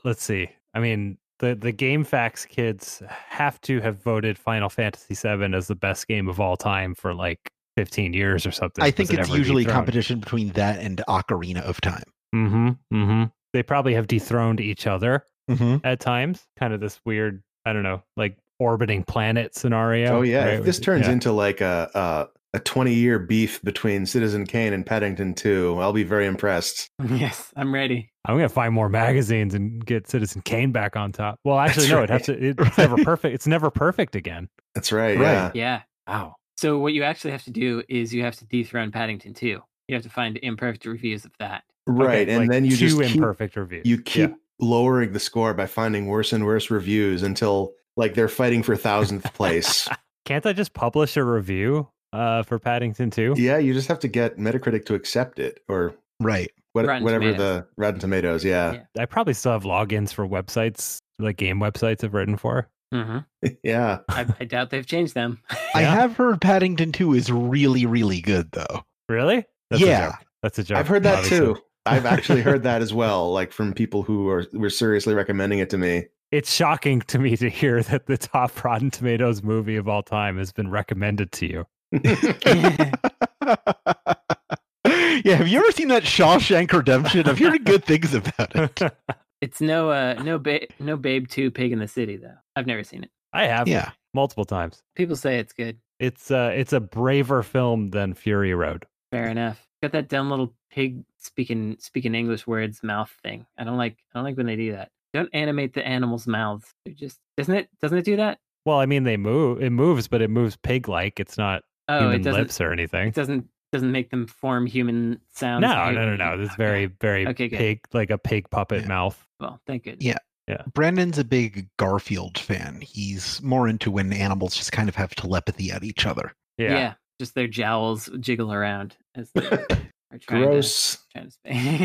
Speaker 2: let's see. I mean, the the Game Facts kids have to have voted Final Fantasy VII as the best game of all time for like 15 years or something.
Speaker 1: I think it's usually competition between that and Ocarina of Time.
Speaker 2: Mm-hmm. Mm-hmm. They probably have dethroned each other
Speaker 1: Mm-hmm.
Speaker 2: at times. Kind of this weird, I don't know, like orbiting planet scenario.
Speaker 3: Oh, yeah.
Speaker 2: right?
Speaker 3: If this turns
Speaker 2: Yeah.
Speaker 3: into like a, a a 20 year beef between Citizen Kane and Paddington 2, I'll be very impressed.
Speaker 4: *laughs* Yes, I'm
Speaker 3: *laughs*
Speaker 4: ready.
Speaker 2: I'm gonna find more magazines and get Citizen Kane back on top. Well, actually,
Speaker 3: *laughs* That's
Speaker 2: no.
Speaker 3: right.
Speaker 2: It has to. It's
Speaker 3: *laughs*
Speaker 2: never perfect. It's never perfect again.
Speaker 3: That's right.
Speaker 1: Right.
Speaker 3: Yeah.
Speaker 4: Yeah.
Speaker 2: Wow.
Speaker 4: So what you actually have to do is you have to dethrone Paddington too. You have to find imperfect reviews of that.
Speaker 3: Right.
Speaker 2: Okay,
Speaker 3: and
Speaker 2: like
Speaker 3: then you
Speaker 2: two
Speaker 3: just keep,
Speaker 2: imperfect reviews.
Speaker 3: you
Speaker 2: Yeah.
Speaker 3: keep lowering the score by finding worse and worse reviews until like they're fighting for
Speaker 2: *laughs*
Speaker 3: thousandth place.
Speaker 2: Can't I just publish a review uh, for Paddington 2?
Speaker 3: yeah. You just have to get Metacritic to accept it or
Speaker 1: Right.
Speaker 3: what,
Speaker 4: Rotten
Speaker 3: whatever
Speaker 4: Tomatoes.
Speaker 3: the Rotten Tomatoes. Yeah.
Speaker 4: Yeah.
Speaker 2: I probably still have logins for websites, like game websites I've written for.
Speaker 4: hmm
Speaker 3: *laughs* yeah.
Speaker 4: I, I doubt they've changed
Speaker 3: *laughs*
Speaker 4: them. *laughs*
Speaker 1: I
Speaker 2: Yeah.
Speaker 1: have heard Paddington 2 is really, really good, though. *laughs*
Speaker 2: Really?
Speaker 1: Yeah.
Speaker 2: A joke. That's a joke.
Speaker 3: I've heard that
Speaker 2: obviously.
Speaker 3: too. I've actually heard that as well, like from people who are were seriously recommending it to me. *laughs*
Speaker 2: It's shocking to me to hear that the top Rotten Tomatoes movie of all time has been recommended to
Speaker 3: *laughs*
Speaker 2: you. *laughs*
Speaker 1: yeah, have you ever seen that Shawshank Redemption? I've heard good things about
Speaker 2: *laughs*
Speaker 1: it.
Speaker 4: It's no uh no ba- no babe two pig in the city though. I've never seen it.
Speaker 2: I have
Speaker 1: Yeah.
Speaker 2: multiple times.
Speaker 4: People say it's good.
Speaker 2: It's uh, it's a braver film than Fury Road.
Speaker 4: Fair enough. Got that dumb little pig speaking speaking English words mouth thing. I don't like I don't like when they do that. Don't animate the animals' mouths. They're just doesn't it doesn't it do that?
Speaker 2: Well, I mean, they move. It moves, but it moves pig-like. It's not
Speaker 4: Oh,
Speaker 2: human
Speaker 4: it doesn't
Speaker 2: lips or anything.
Speaker 4: it doesn't doesn't make them form human sounds.
Speaker 2: No, no, no, no. This is very, very
Speaker 4: Okay, good.
Speaker 2: pig, like a pig puppet
Speaker 1: Yeah.
Speaker 2: mouth.
Speaker 4: well. Thank goodness.
Speaker 1: Yeah. Brandon's a big Garfield fan. He's more into when animals just kind of have telepathy at each other.
Speaker 2: Yeah.
Speaker 4: just their jowls jiggle around as
Speaker 2: *laughs*
Speaker 4: they are trying
Speaker 3: Gross.
Speaker 4: to trying to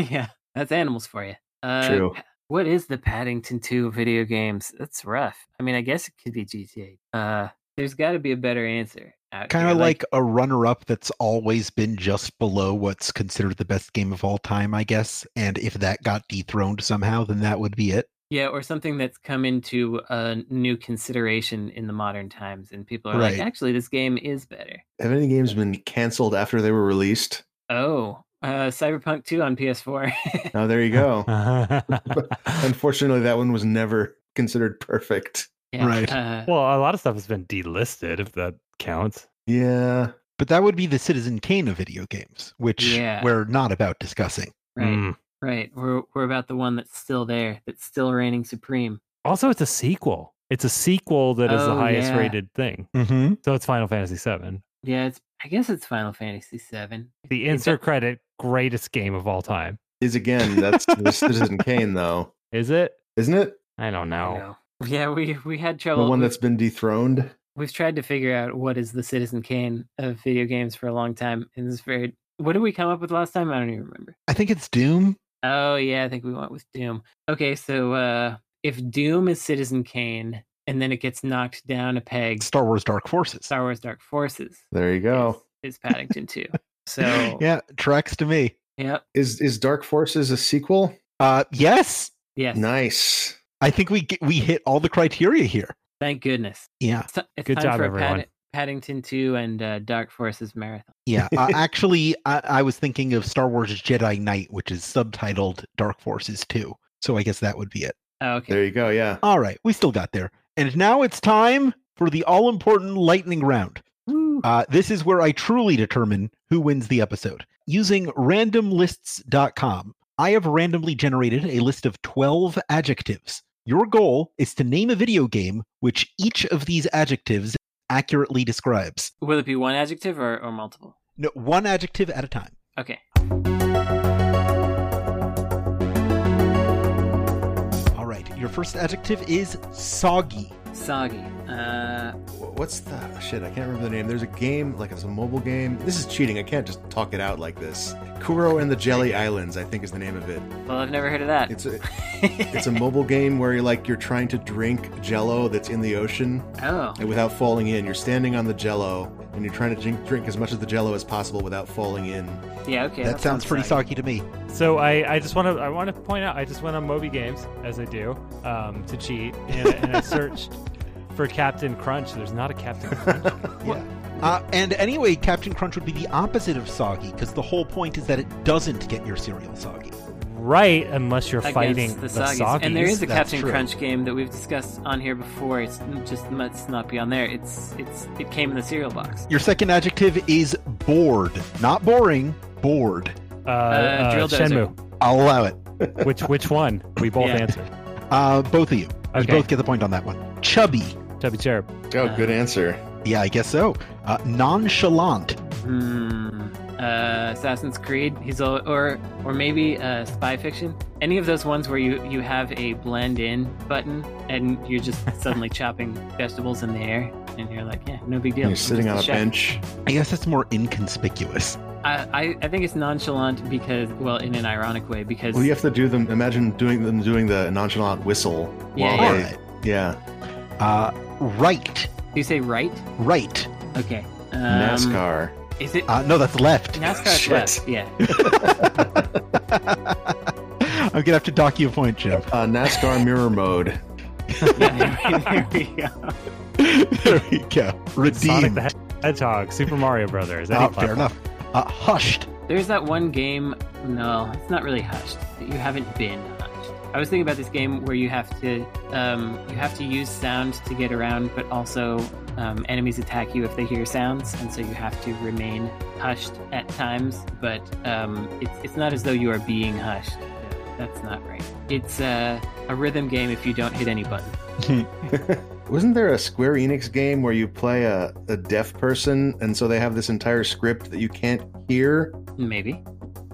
Speaker 4: sp- *laughs* yeah, that's animals for you. Uh,
Speaker 3: True.
Speaker 4: What is the Paddington 2 video games? That's rough. I mean, I guess it could be GTA. Uh, there's got to be a better answer. out
Speaker 1: Kind
Speaker 4: here,
Speaker 1: of like a runner up that's always been just below what's considered the best game of all time, I guess. And if that got dethroned somehow, then that would be it.
Speaker 4: yeah, or something that's come into a new consideration in the modern times, and people are like,
Speaker 1: Right.
Speaker 4: actually, this game is better.
Speaker 3: Have any games been canceled after they were released?
Speaker 4: Oh, uh, Cyberpunk 2 on PS4.
Speaker 3: Oh, there you
Speaker 2: *laughs*
Speaker 3: go. Unfortunately, that one was never considered perfect.
Speaker 4: *laughs* Yeah,
Speaker 1: Right.
Speaker 4: Uh,
Speaker 2: well, a lot of stuff has been delisted, if that counts.
Speaker 3: Yeah.
Speaker 1: But that would be the Citizen Kane of video games, which
Speaker 4: Yeah.
Speaker 1: we're not about discussing.
Speaker 4: right.
Speaker 2: Mm.
Speaker 4: Right. We're we're about the one that's still there, that's still reigning supreme.
Speaker 2: Also, it's a sequel. It's a sequel that is the
Speaker 4: Oh,
Speaker 2: highest
Speaker 4: yeah.
Speaker 2: rated thing.
Speaker 1: Mm-hmm.
Speaker 2: So it's Final Fantasy VII.
Speaker 4: Yeah, it's I guess it's Final Fantasy VII.
Speaker 2: The
Speaker 4: It do-
Speaker 2: insert credit, greatest game of all time.
Speaker 3: Is again, that's the Citizen Kane, though,
Speaker 2: Is it?
Speaker 3: isn't it?
Speaker 2: I don't
Speaker 4: I
Speaker 2: know.
Speaker 4: know. Yeah, we we had
Speaker 3: The
Speaker 4: trouble.
Speaker 3: one
Speaker 4: we've,
Speaker 3: that's been dethroned.
Speaker 4: we've tried to figure out what is the Citizen Kane of video games for a long time, and this is very. What did we come up with last time? I don't even remember.
Speaker 1: I think it's Doom.
Speaker 4: Oh yeah, I think we went with Doom. Okay, so uh if Doom is Citizen Kane, and then it gets knocked down a peg,
Speaker 1: Star Wars Dark Forces.
Speaker 4: Star Wars Dark Forces
Speaker 3: There you go.
Speaker 4: is, is Paddington Two. So
Speaker 1: *laughs* yeah, tracks to me.
Speaker 4: yep,
Speaker 3: Is is Dark Forces a sequel?
Speaker 1: Uh, yes,
Speaker 3: Mm.
Speaker 4: yes,
Speaker 3: Nice.
Speaker 1: I think we get, we hit all the criteria here.
Speaker 4: thank goodness.
Speaker 1: Yeah,
Speaker 4: It's, ti- it's
Speaker 2: Good
Speaker 4: time
Speaker 2: job,
Speaker 4: for a
Speaker 2: everyone.
Speaker 4: Pad- Paddington 2 and uh, Dark Forces marathon.
Speaker 1: yeah.
Speaker 4: *laughs*
Speaker 1: uh, actually, I, I was thinking of Star Wars Jedi Knight, which is subtitled Dark Forces Two. So I guess that would be it.
Speaker 4: Oh, okay.
Speaker 3: There you go. Yeah.
Speaker 1: All right, we still got there. And now it's time for the all important lightning round. Uh, this is where I truly determine who wins the episode. Using randomlists.com, I have randomly generated a list of 12 adjectives. Your goal is to name a video game which each of these adjectives accurately describes.
Speaker 4: Will it be one adjective or, or multiple?
Speaker 1: No, one adjective at a time.
Speaker 4: Okay.
Speaker 1: All right, your first adjective is soggy.
Speaker 4: Soggy. Uh,
Speaker 3: Wh- What's the oh, shit? I can't remember the name. There's a game, like it's a mobile game. This is cheating. I can't just talk it out like this. Kuro and the Jelly Islands, I think, is the name of it.
Speaker 4: well, I've never heard of that.
Speaker 3: It's a it's a mobile game where you're like you're trying to drink Jello that's in the ocean
Speaker 4: *laughs* oh,
Speaker 3: and without falling in. You're standing on the Jello and you're trying to drink, drink as much of the Jello as possible without falling in.
Speaker 4: yeah, okay.
Speaker 1: that sounds pretty soggy to me.
Speaker 2: So I, I just want to I want to point out I just went on Moby Games as I do um, to cheat and,
Speaker 4: *laughs*
Speaker 2: and I searched for Captain Crunch. There's not a Captain Crunch.
Speaker 1: Yeah. Uh, and anyway, Captain Crunch would be the opposite of soggy because the whole point is that it doesn't get your cereal soggy.
Speaker 2: right, unless you're
Speaker 4: Against
Speaker 2: fighting the,
Speaker 4: the soggies. And there
Speaker 2: Soggies.
Speaker 4: is a
Speaker 1: that's
Speaker 4: Captain
Speaker 1: true.
Speaker 4: Crunch game that we've discussed on here before. It's just let's not be on there. It's it's it came in the cereal box.
Speaker 1: Your second adjective is bored. Not boring, bored.
Speaker 2: uh,
Speaker 4: drill
Speaker 2: uh,
Speaker 4: dozer.
Speaker 2: Shenmue.
Speaker 1: I'll allow it.
Speaker 2: Which which one? We both
Speaker 4: Yeah.
Speaker 2: answered.
Speaker 1: Uh, both of you. You
Speaker 2: Okay,
Speaker 1: both get the point on that one. Chubby.
Speaker 2: Chubby Cherub.
Speaker 3: Oh,
Speaker 4: good
Speaker 3: answer.
Speaker 1: Yeah, I guess so. Uh, nonchalant.
Speaker 4: Hmm. Uh, Assassin's Creed. He's all, or or maybe uh, spy fiction. Any of those ones where you you have a blend in button and you're just suddenly chopping vegetables in the air and you're like, yeah, no big deal.
Speaker 3: You're
Speaker 4: I'm
Speaker 3: sitting
Speaker 4: just
Speaker 3: on a
Speaker 4: chef."
Speaker 3: bench.
Speaker 1: I guess that's more inconspicuous.
Speaker 4: I, I I think it's nonchalant because well, in an ironic way because
Speaker 3: Well, you have to do them. Imagine doing them doing the nonchalant whistle.
Speaker 4: Yeah,
Speaker 3: while
Speaker 1: All
Speaker 3: they-
Speaker 4: yeah.
Speaker 1: right.
Speaker 3: yeah.
Speaker 1: Uh, right.
Speaker 4: you say right.
Speaker 1: Right.
Speaker 4: Okay. Um,
Speaker 3: NASCAR. Ah,
Speaker 4: Is it
Speaker 1: Uh, no, that's left.
Speaker 4: NASCAR?
Speaker 3: shit.
Speaker 4: left.
Speaker 3: *laughs*
Speaker 1: *laughs*
Speaker 4: Yeah.
Speaker 1: I'm going to have to dock you a point, Jim.
Speaker 3: Uh, NASCAR mirror mode.
Speaker 4: yeah there we go.
Speaker 1: *laughs* there you go.
Speaker 2: Sonic
Speaker 1: Redeemed.
Speaker 2: the Hedgehog. Super Mario Brothers. Any
Speaker 1: Uh, fair
Speaker 2: platform.
Speaker 1: enough. Uh, hushed.
Speaker 4: There's that one game. No, it's not really hushed. that You haven't been hushed. I was thinking about this game where you have to um, you have to use sound to get around, but also um, enemies attack you if they hear sounds, and so you have to remain hushed at times. But um, it's it's not as though you are being hushed. That's not right. It's uh, a rhythm game if you don't hit any button.
Speaker 3: Wasn't there a Square Enix game where you play a, a deaf person and so they have this entire script that you can't hear?
Speaker 4: Maybe.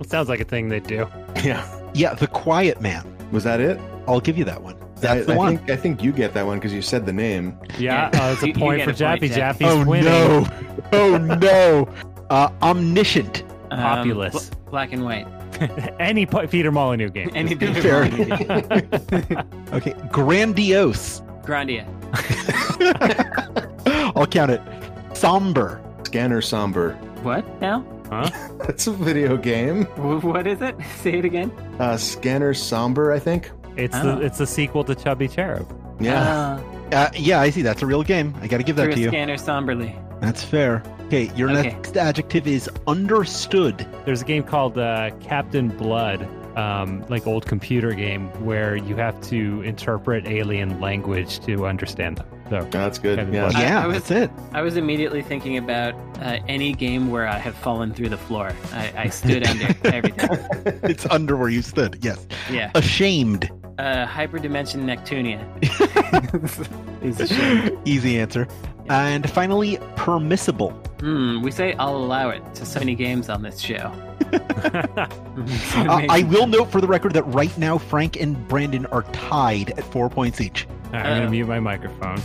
Speaker 2: It sounds like a thing they do.
Speaker 3: Yeah.
Speaker 1: Yeah, The Quiet Man.
Speaker 3: Was that it?
Speaker 1: I'll give you that one. That's
Speaker 3: I,
Speaker 1: the
Speaker 3: I
Speaker 1: one.
Speaker 3: Think, I think you get that one because you said the name.
Speaker 2: Yeah, uh, it's
Speaker 4: You-
Speaker 2: a
Speaker 4: you
Speaker 2: point
Speaker 4: get
Speaker 2: for
Speaker 4: a point,
Speaker 2: Jaffy.
Speaker 4: Jack.
Speaker 2: Jaffy's winning.
Speaker 1: no. *laughs* Oh no. Uh, omniscient.
Speaker 4: Um,
Speaker 2: Populous.
Speaker 4: bl- black and white.
Speaker 2: Any P- Peter Molyneux game.
Speaker 4: Any Peter
Speaker 1: Fair.
Speaker 4: Molyneux game.
Speaker 1: Okay.
Speaker 4: *laughs*
Speaker 1: Grandiose.
Speaker 4: Grandia.
Speaker 1: I'll count it. Somber.
Speaker 3: *laughs* Scanner Somber.
Speaker 4: What now? *laughs*
Speaker 3: That's a video game.
Speaker 4: Wh- What is it? *laughs* Say it again.
Speaker 3: Uh, Scanner Somber, I think.
Speaker 2: It's
Speaker 4: Oh.
Speaker 2: the it's the sequel to Chubby Cherub.
Speaker 4: Ah.
Speaker 3: Yeah.
Speaker 1: Uh, yeah, I see. That's a real game. I got to give
Speaker 4: Uh,
Speaker 1: that
Speaker 4: through
Speaker 1: to
Speaker 4: a
Speaker 1: you.
Speaker 4: scanner somberly.
Speaker 1: That's fair. Okay, your
Speaker 4: Okay.
Speaker 1: next adjective is understood.
Speaker 2: There's a game called uh, Captain Blood, um, like old computer game where you have to interpret alien language to understand them. So
Speaker 3: No, Oh, that's good.
Speaker 2: Kevin
Speaker 3: Yeah.
Speaker 2: Bacon.
Speaker 1: yeah,
Speaker 4: I was-
Speaker 1: that's
Speaker 4: *laughs*
Speaker 1: it.
Speaker 4: I was immediately thinking about uh, any game where I have fallen through the floor. I, I stood under everything.
Speaker 1: It's under where you stood. Yes.
Speaker 4: Yeah.
Speaker 1: Ashamed.
Speaker 4: Uh, Hyperdimension Neptunia. is a shame.
Speaker 1: Easy answer. And finally, permissible.
Speaker 4: Hmm, we say I'll allow it to so many games on this show.
Speaker 1: Uh, I will note for the record that right now, Frank and Brandon are tied at four points each.
Speaker 2: All right, I'm
Speaker 4: Uh-oh.
Speaker 2: gonna mute my
Speaker 4: *laughs*
Speaker 2: microphone.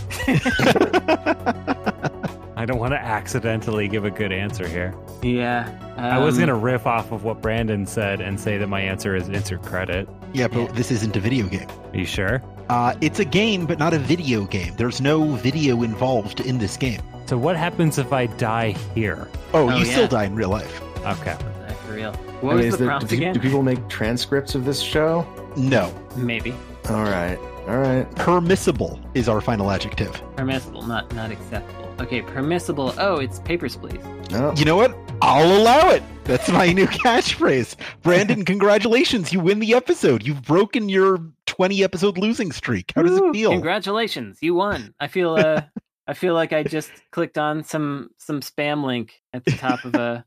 Speaker 2: I don't want to accidentally give a good answer here.
Speaker 4: *laughs* Yeah.
Speaker 2: I was
Speaker 4: um,
Speaker 2: gonna riff off of what Brandon said and say that my answer is insert credit.
Speaker 1: Yeah, but
Speaker 4: Yeah.
Speaker 1: this isn't a video game.
Speaker 2: Are you sure?
Speaker 1: Uh, it's a game, but not a video game. There's no video involved in this game.
Speaker 2: So what happens if I die here?
Speaker 1: Oh,
Speaker 4: Oh,
Speaker 1: you
Speaker 4: yeah.
Speaker 1: still die in real life.
Speaker 2: Okay.
Speaker 4: uh, For real.
Speaker 3: I
Speaker 4: What
Speaker 3: mean,
Speaker 4: was
Speaker 3: is
Speaker 4: the
Speaker 3: there-
Speaker 4: prompt
Speaker 3: do, pe- do
Speaker 4: again?
Speaker 3: people make transcripts of this show?
Speaker 1: No.
Speaker 4: Maybe.
Speaker 3: All right. All right.
Speaker 1: Permissible is our final adjective.
Speaker 4: Permissible, not not acceptable. Okay, permissible. Oh, it's Papers, Please.
Speaker 3: No.
Speaker 1: You know what? I'll allow it. That's my new *laughs* catchphrase.
Speaker 4: *laughs*
Speaker 1: Brandon, congratulations. You win the episode. You've broken your 20 episode losing streak. How does it
Speaker 4: Woo!
Speaker 1: feel?
Speaker 4: Congratulations, you won. I feel uh, I feel like I just clicked on some some spam link at the top of a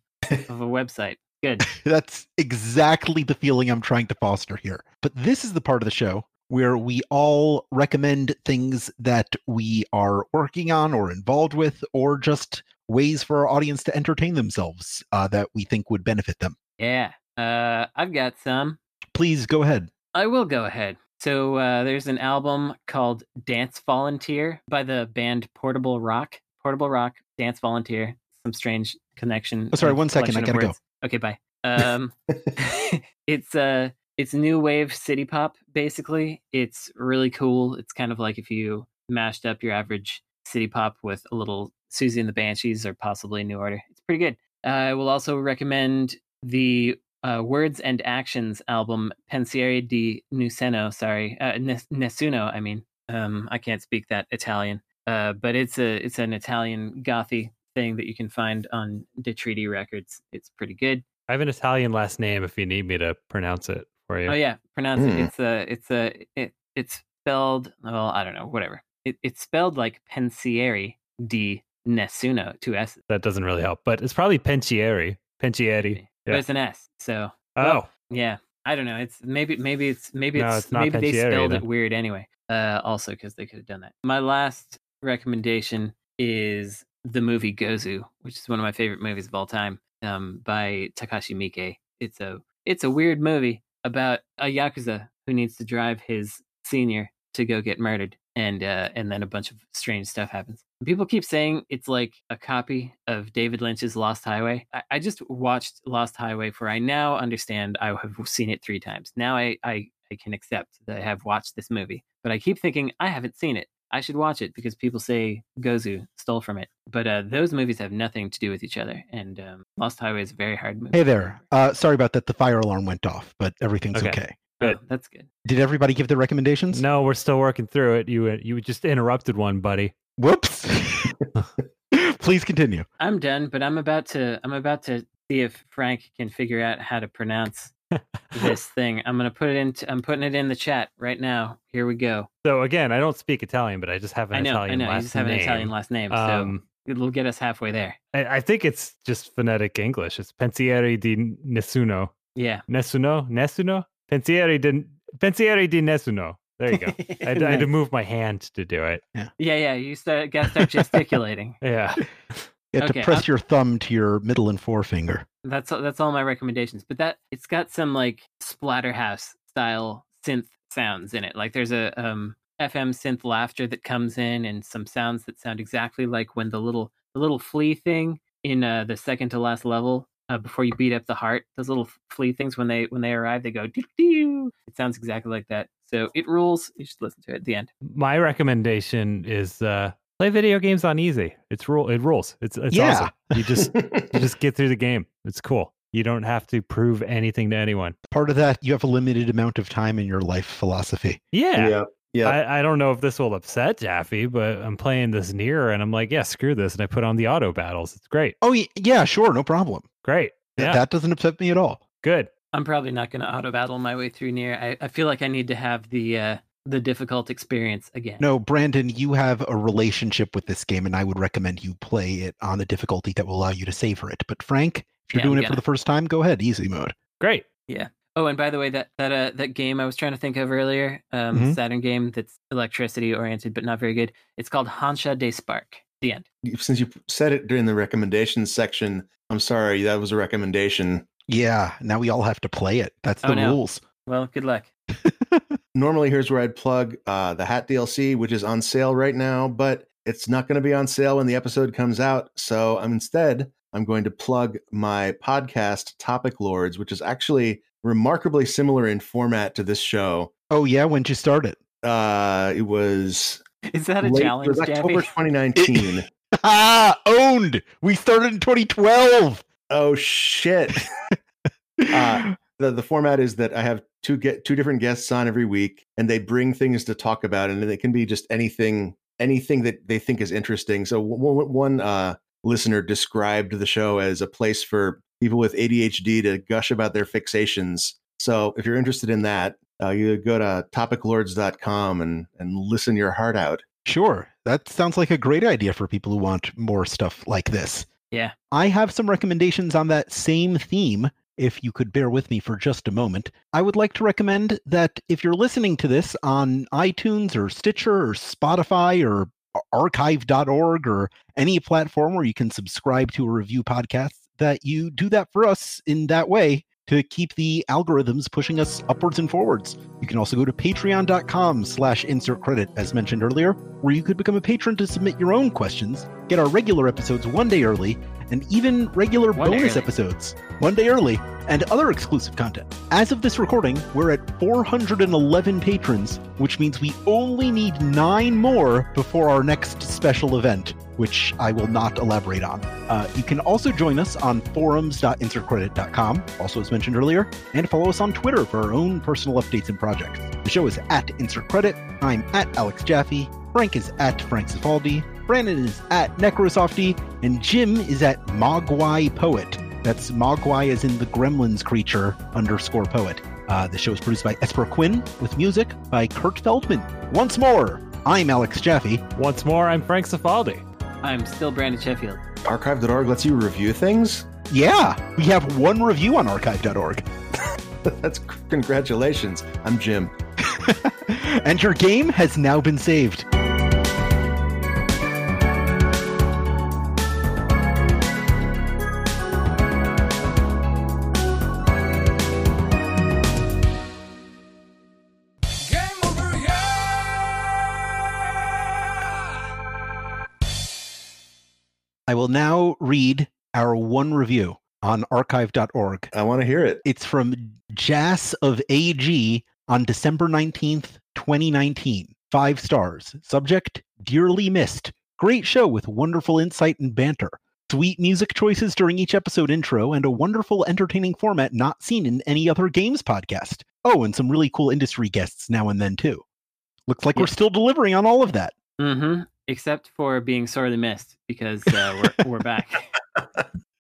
Speaker 4: of a website.
Speaker 1: *laughs*
Speaker 4: Good.
Speaker 1: That's exactly the feeling I'm trying to foster here. But this is the part of the show where we all recommend things that we are working on or involved with, or just ways for our audience to entertain themselves uh, that we think would benefit them.
Speaker 4: Yeah. Uh, I've got some.
Speaker 1: Please go ahead.
Speaker 4: I will go ahead. So uh, there's an album called Dance Volunteer by the band Portable Rock. Portable Rock, Dance Volunteer. Some strange connection.
Speaker 1: Oh, sorry,
Speaker 4: uh,
Speaker 1: one second, I
Speaker 4: collection
Speaker 1: gotta
Speaker 4: of
Speaker 1: go.
Speaker 4: words.
Speaker 1: *laughs*
Speaker 4: Okay, bye. Um, *laughs* it's uh, it's new wave city pop. Basically, it's really cool. It's kind of like if you mashed up your average city pop with a little Susie and the Banshees or possibly New Order. It's pretty good. I will also recommend the uh, Words and Actions album, Pensieri di Nuceno, sorry, uh, Nes- Nessuno, I mean. Um, I can't speak that Italian, uh, but it's a it's an Italian gothy thing that you can find on De Treaty Records. It's pretty good.
Speaker 2: I have an Italian last name if you need me to pronounce it for you.
Speaker 4: Oh yeah, pronounce
Speaker 3: Hmm.
Speaker 4: it. It's a it's a it, it's spelled well, I don't know, whatever. It, it's spelled like Pensieri di Nessuno, two S's.
Speaker 2: That doesn't really help, but it's probably Pensieri. Pensieri.
Speaker 4: But
Speaker 2: Yeah.
Speaker 4: it's an S, so
Speaker 2: Oh,
Speaker 4: Yeah, I don't know. It's maybe maybe it's maybe
Speaker 2: No,
Speaker 4: it's,
Speaker 2: it's not
Speaker 4: maybe they
Speaker 2: Pantieri
Speaker 4: spelled
Speaker 2: then.
Speaker 4: it weird anyway. Uh, also because they could have done that. My last recommendation is the movie Gozu, which is one of my favorite movies of all time, um, by Takashi Miike. It's a it's a weird movie about a yakuza who needs to drive his senior to go get murdered, and uh, and then a bunch of strange stuff happens. People keep saying it's like a copy of David Lynch's Lost Highway. I, I just watched Lost Highway, for I now understand I have seen it three times. Now I, I I can accept that I have watched this movie, but I keep thinking I haven't seen it. I should watch it because people say Gozu stole from it. But uh, those movies have nothing to do with each other, and um, Lost Highway is a very hard movie.
Speaker 1: Hey there. Uh, sorry about that. The fire alarm went off, but everything's okay.
Speaker 2: Okay.
Speaker 4: Oh,
Speaker 2: Good.
Speaker 4: that's good.
Speaker 1: Did everybody give their recommendations?
Speaker 2: no, we're still working through it. You you just interrupted one, buddy.
Speaker 1: Whoops.
Speaker 4: *laughs*
Speaker 1: *laughs* Please continue.
Speaker 4: I'm done, but I'm about to I'm about to see if Frank can figure out how
Speaker 2: *laughs*
Speaker 4: to pronounce this thing. I'm gonna put it in. I'm putting it in the chat right now. Here we go.
Speaker 2: So again, I don't speak Italian, but I just have an
Speaker 4: I know,
Speaker 2: Italian
Speaker 4: I know.
Speaker 2: last
Speaker 4: You just have
Speaker 2: name.
Speaker 4: an Italian last name,
Speaker 2: Um,
Speaker 4: so it'll get us halfway there.
Speaker 2: I, I think it's just phonetic English. It's Pensieri di Nessuno.
Speaker 4: Yeah,
Speaker 2: Nessuno? Nessuno? Pensieri di Pensieri di Nessuno. There
Speaker 4: *laughs*
Speaker 2: you go. I, had- I had to move my hand to do it.
Speaker 4: yeah, yeah. You start,
Speaker 2: *laughs*
Speaker 4: gotta start gesticulating.
Speaker 2: Yeah.
Speaker 1: You have
Speaker 4: Okay, uh
Speaker 1: to press
Speaker 4: I'm-
Speaker 1: your thumb to your middle and forefinger.
Speaker 4: That's all- that's all my recommendations. But that it's got some like splatterhouse style synth sounds in it. Like there's a um, FM synth laughter that comes in, and some sounds that sound exactly like when the little the little flea thing in uh, the second to last level uh, before you beat up the heart. Those little flea things when they when they arrive, they go doo doo. It sounds exactly like that. So it rules. You should listen to it at the end.
Speaker 2: My recommendation is uh play video games on easy. It's rule it rules. It's it's
Speaker 1: Yeah.
Speaker 2: awesome. You
Speaker 3: *laughs*
Speaker 2: just you just get through the game. It's cool. You don't have to prove anything to anyone.
Speaker 1: Part of that, you have a limited amount of time in your life philosophy.
Speaker 2: Yeah.
Speaker 3: yeah. Yeah.
Speaker 2: I, I don't know if this will upset Jaffe, but I'm playing this near and I'm like, yeah, screw this. And I put on the auto battles. It's great.
Speaker 1: Oh, y- yeah, sure, no problem.
Speaker 2: Great.
Speaker 1: Th-
Speaker 2: Yeah.
Speaker 1: That doesn't upset me at all.
Speaker 2: Good.
Speaker 4: I'm probably not going to auto battle my way through near. I, I feel like I need to have the uh, the difficult experience again.
Speaker 1: No, Brandon, you have a relationship with this game, and I would recommend you play it on a difficulty that will allow you to savor it. But Frank, if you're
Speaker 4: Yeah, I'm
Speaker 1: doing it for
Speaker 4: gonna.
Speaker 1: the first time, go ahead, easy mode.
Speaker 2: Great.
Speaker 4: Oh, and by the way, that that uh, that game I was trying to think of earlier, um,
Speaker 3: Mm-hmm.
Speaker 1: Mhm.
Speaker 4: Saturn game that's electricity oriented but not very good. It's called Hansha de Spark. The end.
Speaker 3: Since you said it during the recommendations section, I'm sorry, that was a recommendation.
Speaker 1: Yeah, now we all have to play it. That's
Speaker 4: Oh,
Speaker 1: the
Speaker 4: no.
Speaker 1: rules.
Speaker 4: Well, good luck. *laughs*
Speaker 3: Normally, here's where I'd plug uh, the Hat DLC, which is on sale right now, but it's not going to be on sale when the episode comes out. So um, instead, I'm going to plug my podcast, Topic Lords, which is actually remarkably similar in format to this show.
Speaker 1: Oh, yeah, when'd you start it?
Speaker 3: Uh, it was,
Speaker 4: Is that a
Speaker 3: late- it
Speaker 4: challenge,
Speaker 3: was October
Speaker 4: Javi?
Speaker 3: 2019.
Speaker 1: *laughs* ah, owned! We started in 2012!
Speaker 3: oh, shit. Uh, the the format is that I have two get two different guests on every week, and they bring things to talk about, and it can be just anything anything that they think is interesting. So one, one uh, listener described the show as a place for people with ADHD to gush about their fixations. So if you're interested in that, uh, you go to topiclords.com and and listen your heart out.
Speaker 1: Sure. That sounds like a great idea for people who want more stuff like this.
Speaker 4: Yeah.
Speaker 1: I have some recommendations on that same theme. If you could bear with me for just a moment, I would like to recommend that if you're listening to this on iTunes or Stitcher or Spotify or archive.org or any platform where you can subscribe to a review podcast, that you do that for us in that way to keep the algorithms pushing us upwards and forwards. You can also go to patreon.com slash insert credit, as mentioned earlier, where you could become a patron to submit your own questions, get our regular episodes one day early, and even regular
Speaker 4: One day
Speaker 1: bonus
Speaker 4: early.
Speaker 1: episodes one day early, and other exclusive content. As of this recording, we're at 411 patrons, which means we only need nine more before our next special event, which I will not elaborate on. Uh, you can also join us on forums.insertcredit.com, also as mentioned earlier, and follow us on Twitter for our own personal updates and projects. The show is at Insert Credit. I'm at Alex Jaffe. Frank is at Frank Cifaldi. Brandon is at Necrosofty. And Jim is at Mogwai Poet. That's Mogwai as in the gremlins creature underscore poet. Uh, the show is produced by Esper Quinn with music by Kurt Feldman. Once more, I'm Alex Jaffe.
Speaker 2: Once more, I'm Frank Cifaldi.
Speaker 4: *laughs* I'm still Brandon Sheffield.
Speaker 3: Archive.org lets you review things. *laughs*
Speaker 1: Yeah, we have one review on archive.org.
Speaker 3: That's congratulations. I'm Jim.
Speaker 1: *laughs* and your game has now been saved.
Speaker 5: Game over, yeah!
Speaker 1: I will now read our one review on archive.org.
Speaker 3: I want to hear it.
Speaker 1: It's from Jas of AG on December 19th, 2019. Five stars. Subject Dearly Missed. Great show with wonderful insight and banter. Sweet music choices during each episode intro and a wonderful, entertaining format not seen in any other games podcast. Oh, and some really cool industry guests now and then, too. Looks like we're
Speaker 4: Yeah.
Speaker 1: still delivering on all of that.
Speaker 4: Mm-hmm. Except for being sorely missed because uh, we're we're back.